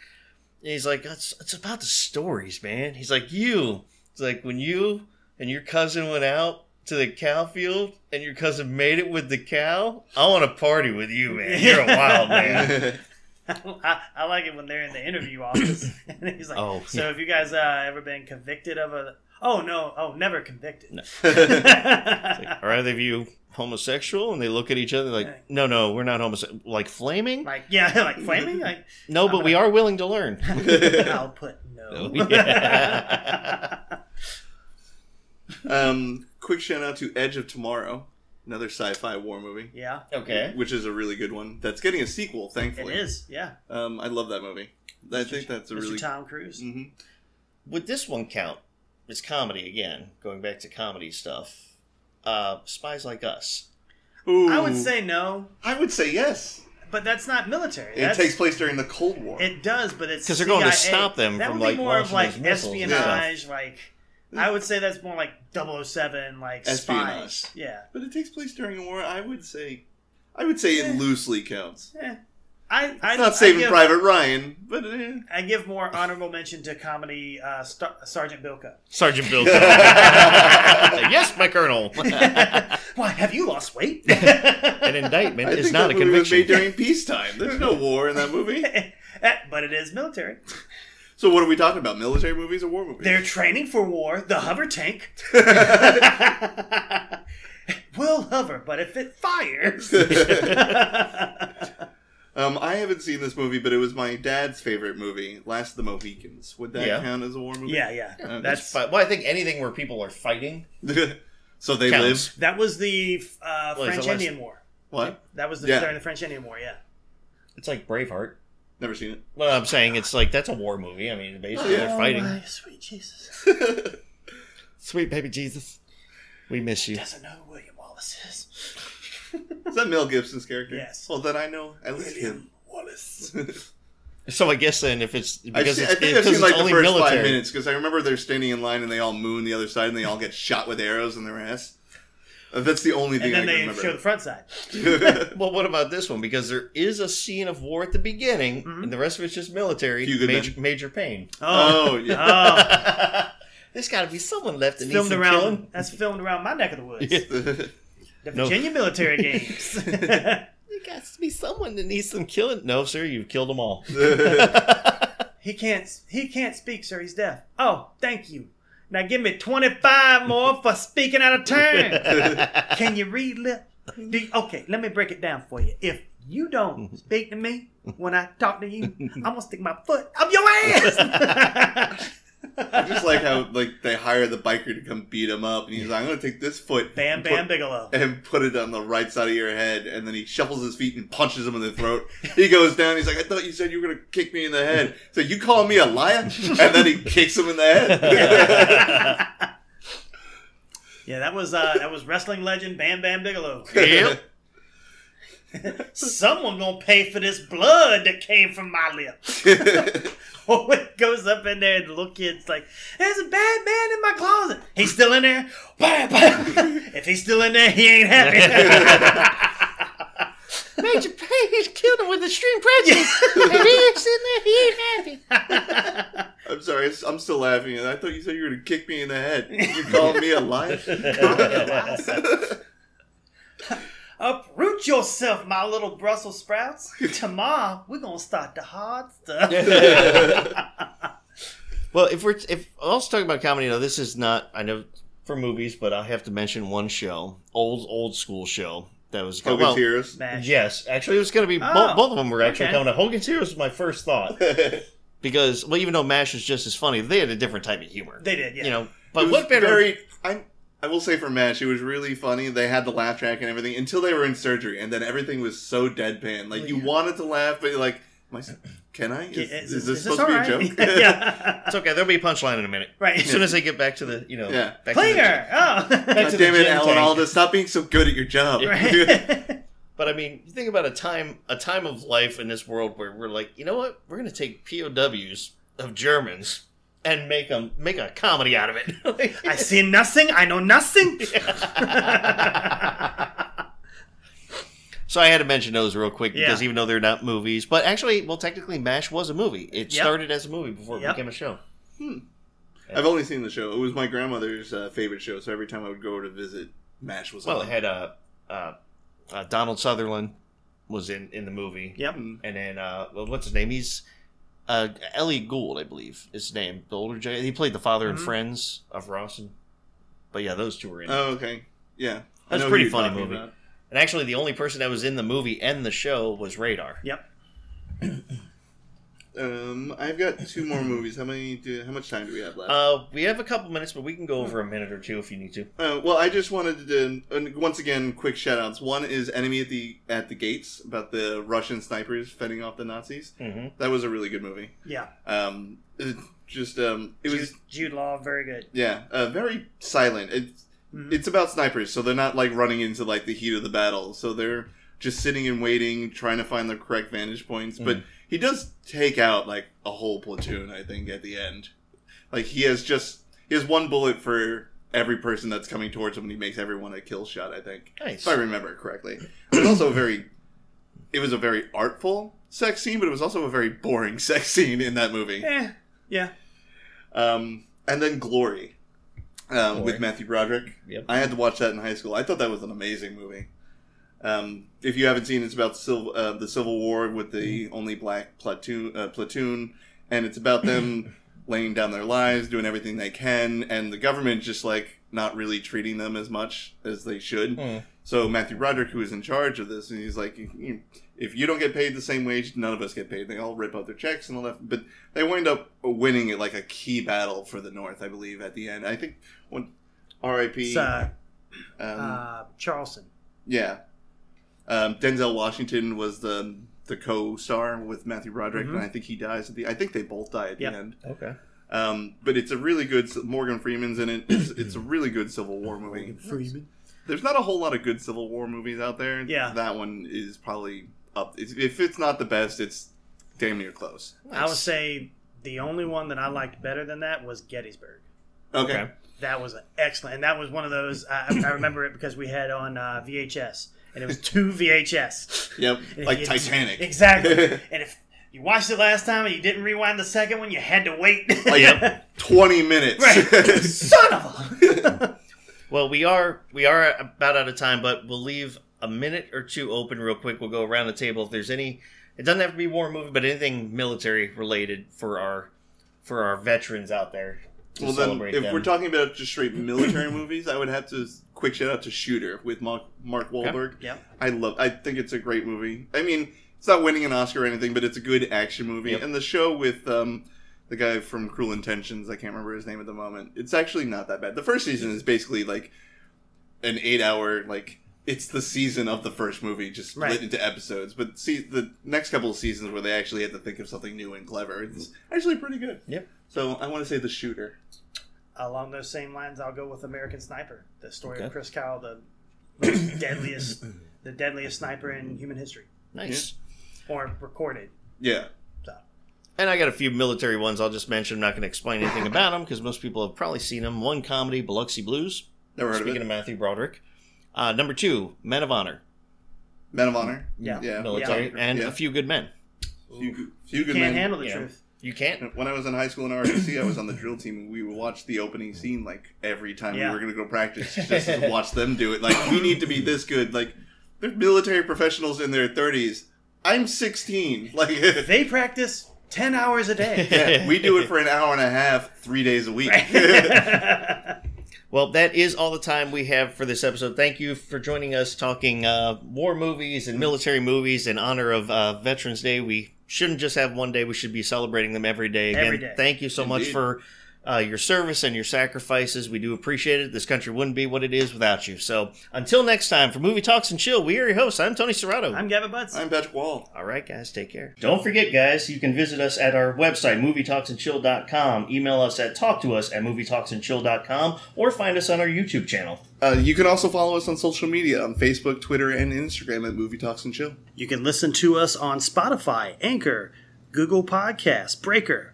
Speaker 1: and he's like, it's, it's about the stories, man. He's like, you. It's like when you and your cousin went out to the cow field, and your cousin made it with the cow. I want to party with you, man. You're a wild man.
Speaker 2: I, I like it when they're in the interview office and he's like,
Speaker 1: Oh,
Speaker 2: "So have you guys uh, ever been convicted of a? Oh no, oh never convicted."
Speaker 1: Like, are either of you homosexual? And they look at each other like, no, no, we're not homosexual. Like flaming?
Speaker 2: like yeah, like flaming. Like
Speaker 1: No, but we are willing to learn.
Speaker 2: I'll put no.
Speaker 1: Oh, yeah.
Speaker 3: um, quick shout out to Edge of Tomorrow, another sci-fi war movie,
Speaker 2: yeah,
Speaker 1: Okay.
Speaker 3: which is a really good one. That's getting a sequel,
Speaker 2: it
Speaker 3: thankfully.
Speaker 2: is. Yeah,
Speaker 3: Um, I love that movie. I think that's a
Speaker 2: Mr.
Speaker 3: really.
Speaker 2: Tom Cruise.
Speaker 3: Mhm.
Speaker 1: Would this one count? It's comedy again, going back to comedy stuff. Uh, Spies Like Us.
Speaker 3: Ooh.
Speaker 2: I would say no,
Speaker 3: I would say yes.
Speaker 2: but that's not military.
Speaker 3: It
Speaker 2: that's,
Speaker 3: takes place during the Cold War.
Speaker 2: It does, but it's
Speaker 1: 'Cause they're going to
Speaker 2: CIA.
Speaker 1: stop them
Speaker 2: That
Speaker 1: from,
Speaker 2: would be
Speaker 1: like,
Speaker 2: more of
Speaker 1: launching
Speaker 2: like
Speaker 1: those missiles and
Speaker 2: espionage. Like I would say that's more like 007, like
Speaker 3: Espionage.
Speaker 2: spies. Yeah,
Speaker 3: but it takes place during a war. I would say, I would say it
Speaker 2: Yeah.
Speaker 3: loosely counts.
Speaker 2: Eh. I, I
Speaker 3: It's not Saving
Speaker 2: I give,
Speaker 3: Private Ryan, but eh.
Speaker 2: I give more honorable mention to comedy uh, Star- Sergeant Bilka.
Speaker 1: Sergeant Bill. yes, my colonel.
Speaker 2: Why have you lost weight?
Speaker 1: An indictment
Speaker 3: I
Speaker 1: is
Speaker 3: think
Speaker 1: not
Speaker 3: that
Speaker 1: a
Speaker 3: movie was
Speaker 1: conviction.
Speaker 3: made during peacetime. There's no war in that movie.
Speaker 2: Eh, but it is military.
Speaker 3: So what are we talking about? Military movies or war movies?
Speaker 2: They're training for war. The hover tank will hover, but if it fires,
Speaker 3: Um, I haven't seen this movie, but it was my dad's favorite movie, Last of the Mohicans. Would that
Speaker 1: Yeah.
Speaker 3: count as a war movie?
Speaker 1: Uh,
Speaker 2: yeah, yeah,
Speaker 3: Yeah,
Speaker 2: that's
Speaker 1: But, well, I think anything where people are fighting,
Speaker 3: So they
Speaker 1: Counts.
Speaker 3: live.
Speaker 2: That was the uh,
Speaker 1: Well, it's
Speaker 2: French
Speaker 1: the last-
Speaker 2: Indian War.
Speaker 3: What?
Speaker 2: That was the
Speaker 3: Yeah.
Speaker 2: during the French Indian War. Yeah.
Speaker 1: It's like Braveheart.
Speaker 3: Never seen
Speaker 1: Well, I'm saying it's like that's a war movie. I mean, basically
Speaker 3: Oh,
Speaker 1: they're fighting.
Speaker 2: my sweet Jesus
Speaker 3: it.
Speaker 1: Sweet baby Jesus, we miss you.
Speaker 2: doesn't know who William Wallace is.
Speaker 3: Is that Mel Gibson's character?
Speaker 2: Yes.
Speaker 3: Well, then I know at least him.
Speaker 2: William Wallace.
Speaker 1: So I guess then if it's
Speaker 3: I've
Speaker 1: because
Speaker 3: seen, I
Speaker 1: it's,
Speaker 3: think I've
Speaker 1: because
Speaker 3: seen
Speaker 1: it's
Speaker 3: like the
Speaker 1: only
Speaker 3: first
Speaker 1: military.
Speaker 3: five minutes because I remember they're standing in line and they all moon the other side and they all get shot with arrows in their ass. Uh, That's the only
Speaker 2: And
Speaker 3: thing
Speaker 2: then
Speaker 3: I
Speaker 2: they
Speaker 3: can
Speaker 2: show the front side.
Speaker 3: remember.
Speaker 1: Well, what about this one? Because there is a scene of war at the beginning,
Speaker 2: Mhm.
Speaker 1: and the rest of it's just military.
Speaker 3: Mm-hmm. Few good men.
Speaker 1: Major, major pain.
Speaker 2: Oh,
Speaker 3: oh yeah,
Speaker 2: oh.
Speaker 1: There's got to be someone left that
Speaker 2: It's
Speaker 1: needs
Speaker 2: filmed
Speaker 1: some
Speaker 2: around.
Speaker 1: killing.
Speaker 2: That's filmed around my neck of the woods.
Speaker 1: Yeah.
Speaker 2: The
Speaker 1: No.
Speaker 2: Virginia military games.
Speaker 1: There got to be someone that needs some killing. No, sir, you've killed them all.
Speaker 2: Oh. he can't. He can't speak, sir. He's deaf. Oh, thank you. Now give me twenty five more for speaking out of turn. Can you read lip? Do you- okay, let me break it down for you. If you don't speak to me when I talk to you, I'm gonna stick my foot up your ass.
Speaker 3: I just like how like they hire the biker to come beat him up, and he's like, "I'm gonna take this foot,
Speaker 2: Bam
Speaker 3: and
Speaker 2: Bam
Speaker 3: put-
Speaker 2: Bigelow.
Speaker 3: and put it on the right side of your head." And then he shuffles his feet and punches him in the throat. He goes down. He's like, "I thought you said you were gonna kick me in the head." So you call me a liar? And then he kicks him in the head.
Speaker 2: Yeah, that was uh, that was wrestling legend Bam Bam Bigelow.
Speaker 1: Yep.
Speaker 2: Someone gonna pay for this blood that came from my lips. Oh, it goes up in there and the little kid's like, "There's a bad man in my closet. He's still in there. Bam, bam. if he's still in there, he ain't happy."
Speaker 1: Major Payne killed him with extreme prejudice. and he's in there, he ain't happy.
Speaker 3: I'm sorry, I'm still laughing. I thought you said you were gonna kick me in the head. You call me a liar?
Speaker 2: Uproot yourself, my little Brussels sprouts. Tomorrow we're gonna start the hard stuff.
Speaker 1: Well, if we're if I was talking about comedy, now this is not I know for movies, but I have to mention one show, old old school show that was
Speaker 3: Hogan's
Speaker 1: well,
Speaker 3: Heroes.
Speaker 2: Smash.
Speaker 1: Yes, actually, it was going to be bo-
Speaker 2: Oh,
Speaker 1: both of them were actually
Speaker 2: okay.
Speaker 1: coming up. Hogan's Heroes was my first thought because well, even though Mash was just as funny, they had a different type of humor.
Speaker 2: They did, yeah.
Speaker 1: You know,
Speaker 3: It
Speaker 1: but
Speaker 3: was
Speaker 1: what better?
Speaker 3: Very, I, I will say for Mash, it was really funny. They had the laugh track and everything until they were in surgery, and then everything was so deadpan. Like
Speaker 2: Oh,
Speaker 3: you
Speaker 2: yeah.
Speaker 3: wanted to laugh, but you're like, Am I, can I? Is, is this supposed to be
Speaker 2: all
Speaker 3: a
Speaker 2: right?
Speaker 3: joke?
Speaker 2: yeah.
Speaker 1: It's okay. There'll be a punchline in a minute. As
Speaker 2: Right.
Speaker 1: soon as they get back to the, you know,
Speaker 3: Yeah.
Speaker 1: back to the-
Speaker 2: Clinger. Oh.
Speaker 1: Back
Speaker 3: God
Speaker 1: to the
Speaker 3: damn it,
Speaker 1: gin
Speaker 3: Alan
Speaker 1: tank.
Speaker 3: Alda! Stop being so good at your job.
Speaker 2: Right.
Speaker 1: But I mean, you think about a time a time of life in this world where we're like, you know what? We're going to take POWs of Germans and make them make a comedy out of it.
Speaker 2: I see nothing. I know nothing.
Speaker 1: so I had to mention those real quick because
Speaker 2: Yeah.
Speaker 1: even though they're not movies, but actually, well, technically, Mash was a movie. It
Speaker 2: Yep.
Speaker 1: started as a movie before it
Speaker 2: Yep.
Speaker 1: became a show.
Speaker 3: I've only seen the show. It was my grandmother's uh, favorite show, so every time I would go to visit, Mash was
Speaker 1: Well,
Speaker 3: on.
Speaker 1: it had uh, uh, uh, Donald Sutherland was in in the movie.
Speaker 2: Yep.
Speaker 1: and then uh, well, what's his name? He's uh, Ellie Gould, I believe, is his name. The older Jay, he played the father and
Speaker 2: Mhm.
Speaker 1: friends of Rawson. But yeah, those two were in. it.
Speaker 3: Oh, okay. Yeah. I
Speaker 1: That's
Speaker 3: know
Speaker 1: a
Speaker 3: who
Speaker 1: pretty
Speaker 3: you're
Speaker 1: funny
Speaker 3: talking
Speaker 1: movie.
Speaker 3: about.
Speaker 1: And actually, the only person that was in the movie and the show was Radar.
Speaker 2: Yep.
Speaker 3: Um, I've got two more movies. How many? Do, how much time do we have left?
Speaker 1: Uh, we have a couple minutes, but we can go over a minute or two if you need to.
Speaker 3: Uh, well, I just wanted to and once again quick shout outs. One is Enemy at the at the Gates about the Russian snipers fending off the Nazis.
Speaker 1: Mm-hmm.
Speaker 3: That was a really good movie.
Speaker 2: Yeah.
Speaker 3: Um, it just um, it was
Speaker 2: Jude, Jude Law, very good.
Speaker 3: yeah, uh, very silent. It's
Speaker 2: Mhm.
Speaker 3: it's about snipers, so they're not like running into like the heat of the battle. So they're just sitting and waiting, trying to find the correct vantage points. But he does take out like a whole platoon, I think, at the end. Like he has just he has one bullet for every person that's coming towards him, and he makes everyone a kill shot. I think
Speaker 1: Nice.
Speaker 3: if I remember correctly. It was also a very, it was a very artful sex scene, but it was also a very boring sex scene in that movie.
Speaker 2: Eh, yeah.
Speaker 3: Um, and then Glory, um,
Speaker 1: Glory.
Speaker 3: with Matthew Broderick.
Speaker 1: Yep.
Speaker 3: I had to watch that in high school. I thought that was an amazing movie. Um, if you haven't seen, it, it's about civil, uh, the Civil War with the only black platoon, uh, platoon, and it's about them laying down their lives, doing everything they can, and the government just like not really treating them as much as they should.
Speaker 1: Mm.
Speaker 3: So Matthew Broderick, who is in charge of this, and he's like, "You- you- if you don't get paid the same wage, none of us get paid. They all rip out their checks and all that. But they wind up winning it like a key battle for the North, I believe, at the end. I think when R.I.P.
Speaker 2: It's, uh,
Speaker 3: Um,
Speaker 2: uh, Charleston.
Speaker 3: yeah. Um, Denzel Washington was the the co-star with Matthew Broderick,
Speaker 2: Mhm.
Speaker 3: and I think he dies at the. I think they both die at
Speaker 2: Yep.
Speaker 3: the end.
Speaker 1: Okay.
Speaker 3: Um, but it's a really good. Morgan Freeman's in it. It's, it's a really good Civil War movie.
Speaker 2: Freeman.
Speaker 3: There's not a whole lot of good Civil War movies out there.
Speaker 2: Yeah.
Speaker 3: that one is probably up. It's, if it's not the best, it's damn near close.
Speaker 2: I would say the only one that I liked better than that was Gettysburg.
Speaker 3: Okay.
Speaker 1: Okay.
Speaker 2: That was an excellent, and that was one of those. I, I remember it because we had on uh, VHS, and it was two VHS.
Speaker 3: Yep.
Speaker 2: If
Speaker 3: Like
Speaker 2: you-
Speaker 3: Titanic.
Speaker 2: Exactly. and if you watched it last time and you didn't rewind the second one, you had to wait.
Speaker 3: Like twenty minutes.
Speaker 2: Right. Son of a.
Speaker 1: Well, we are we are about out of time, but we'll leave a minute or two open real quick. We'll go around the table if there's any. It doesn't have to be war movie, but anything military related for our for our veterans out there. To
Speaker 3: well, then,
Speaker 1: celebrate
Speaker 3: if
Speaker 1: them.
Speaker 3: we're talking about just straight military movies, I would have to s- quick shout out to Shooter with Mark, Mark Wahlberg.
Speaker 2: Yep.
Speaker 3: I love. I think it's a great movie. I mean, it's not winning an Oscar or anything, but it's a good action movie.
Speaker 1: Yep.
Speaker 3: And the show with um, the guy from Cruel Intentions, I can't remember his name at the moment. It's actually not that bad. The first season is basically like an eight-hour like. It's the season of the first movie, just split
Speaker 2: Right.
Speaker 3: into episodes. But see, the next couple of seasons where they actually had to think of something new and clever, it's actually pretty good.
Speaker 1: Mm. Yep.
Speaker 3: So I want to say the shooter.
Speaker 2: Along those same lines, I'll go with American Sniper, the story
Speaker 1: Okay.
Speaker 2: of Chris Kyle, the most deadliest, the deadliest sniper in human history,
Speaker 1: nice.
Speaker 2: or recorded.
Speaker 3: Yeah.
Speaker 1: And I got a few military ones. I'll just mention. I'm not going to explain anything about them because most people have probably seen them. One comedy, Biloxi Blues.
Speaker 3: Never heard
Speaker 1: Speaking
Speaker 3: of
Speaker 1: of
Speaker 3: it.
Speaker 1: Matthew Broderick. Uh, number two, Men of Honor,
Speaker 3: Men of Honor.
Speaker 2: Yeah.
Speaker 3: Yeah.
Speaker 1: military,
Speaker 2: Yeah.
Speaker 1: and
Speaker 3: Yeah.
Speaker 1: a few good men.
Speaker 3: Few, few good
Speaker 2: Can't
Speaker 3: men.
Speaker 2: handle the
Speaker 1: Yeah.
Speaker 2: truth.
Speaker 1: You can't.
Speaker 3: When I was in high school in ROTC, I was on the drill team, and we would watch the opening scene like every time
Speaker 2: Yeah.
Speaker 3: we were going to go practice, just to watch them do it. Like we need to be this good. Like they're military professionals in their thirties. I'm 16. Like
Speaker 2: They practice ten hours a day.
Speaker 3: yeah, we do it for an hour and a half, three days a week.
Speaker 1: Well, that is all the time we have for this episode. Thank you for joining us talking uh, war movies and military movies in honor of uh, Veterans Day. We shouldn't just have one day, we should be celebrating them every day. Again,
Speaker 2: Every day.
Speaker 1: thank you so much
Speaker 3: Indeed.
Speaker 1: for uh, your service and your sacrifices. We do appreciate it. This country wouldn't be what it is without you. So until next time, for Movie Talks and Chill, we are your hosts. I'm Tony Serrato.
Speaker 2: I'm Gavin Butts.
Speaker 3: I'm Patrick Wall.
Speaker 1: All right, guys, take care. Don't forget, guys, you can visit us at our website, movietalksandchill.com. Email us at talktous at movietalksandchill.com or find us on our YouTube channel.
Speaker 3: Uh, you can also follow us on social media on Facebook, Twitter, and Instagram at Movie Talks and Chill.
Speaker 2: You can listen to us on Spotify, Anchor, Google Podcasts, Breaker,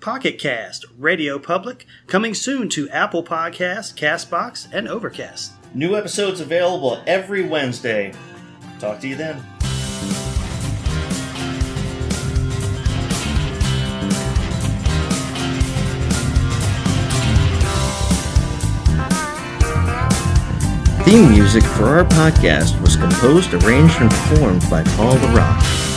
Speaker 2: Pocket Cast, Radio Public, coming soon to Apple Podcasts, Castbox, and Overcast.
Speaker 1: New episodes available every Wednesday. Talk to you then. Theme music for our podcast was composed, arranged, and performed by Paul the Rock.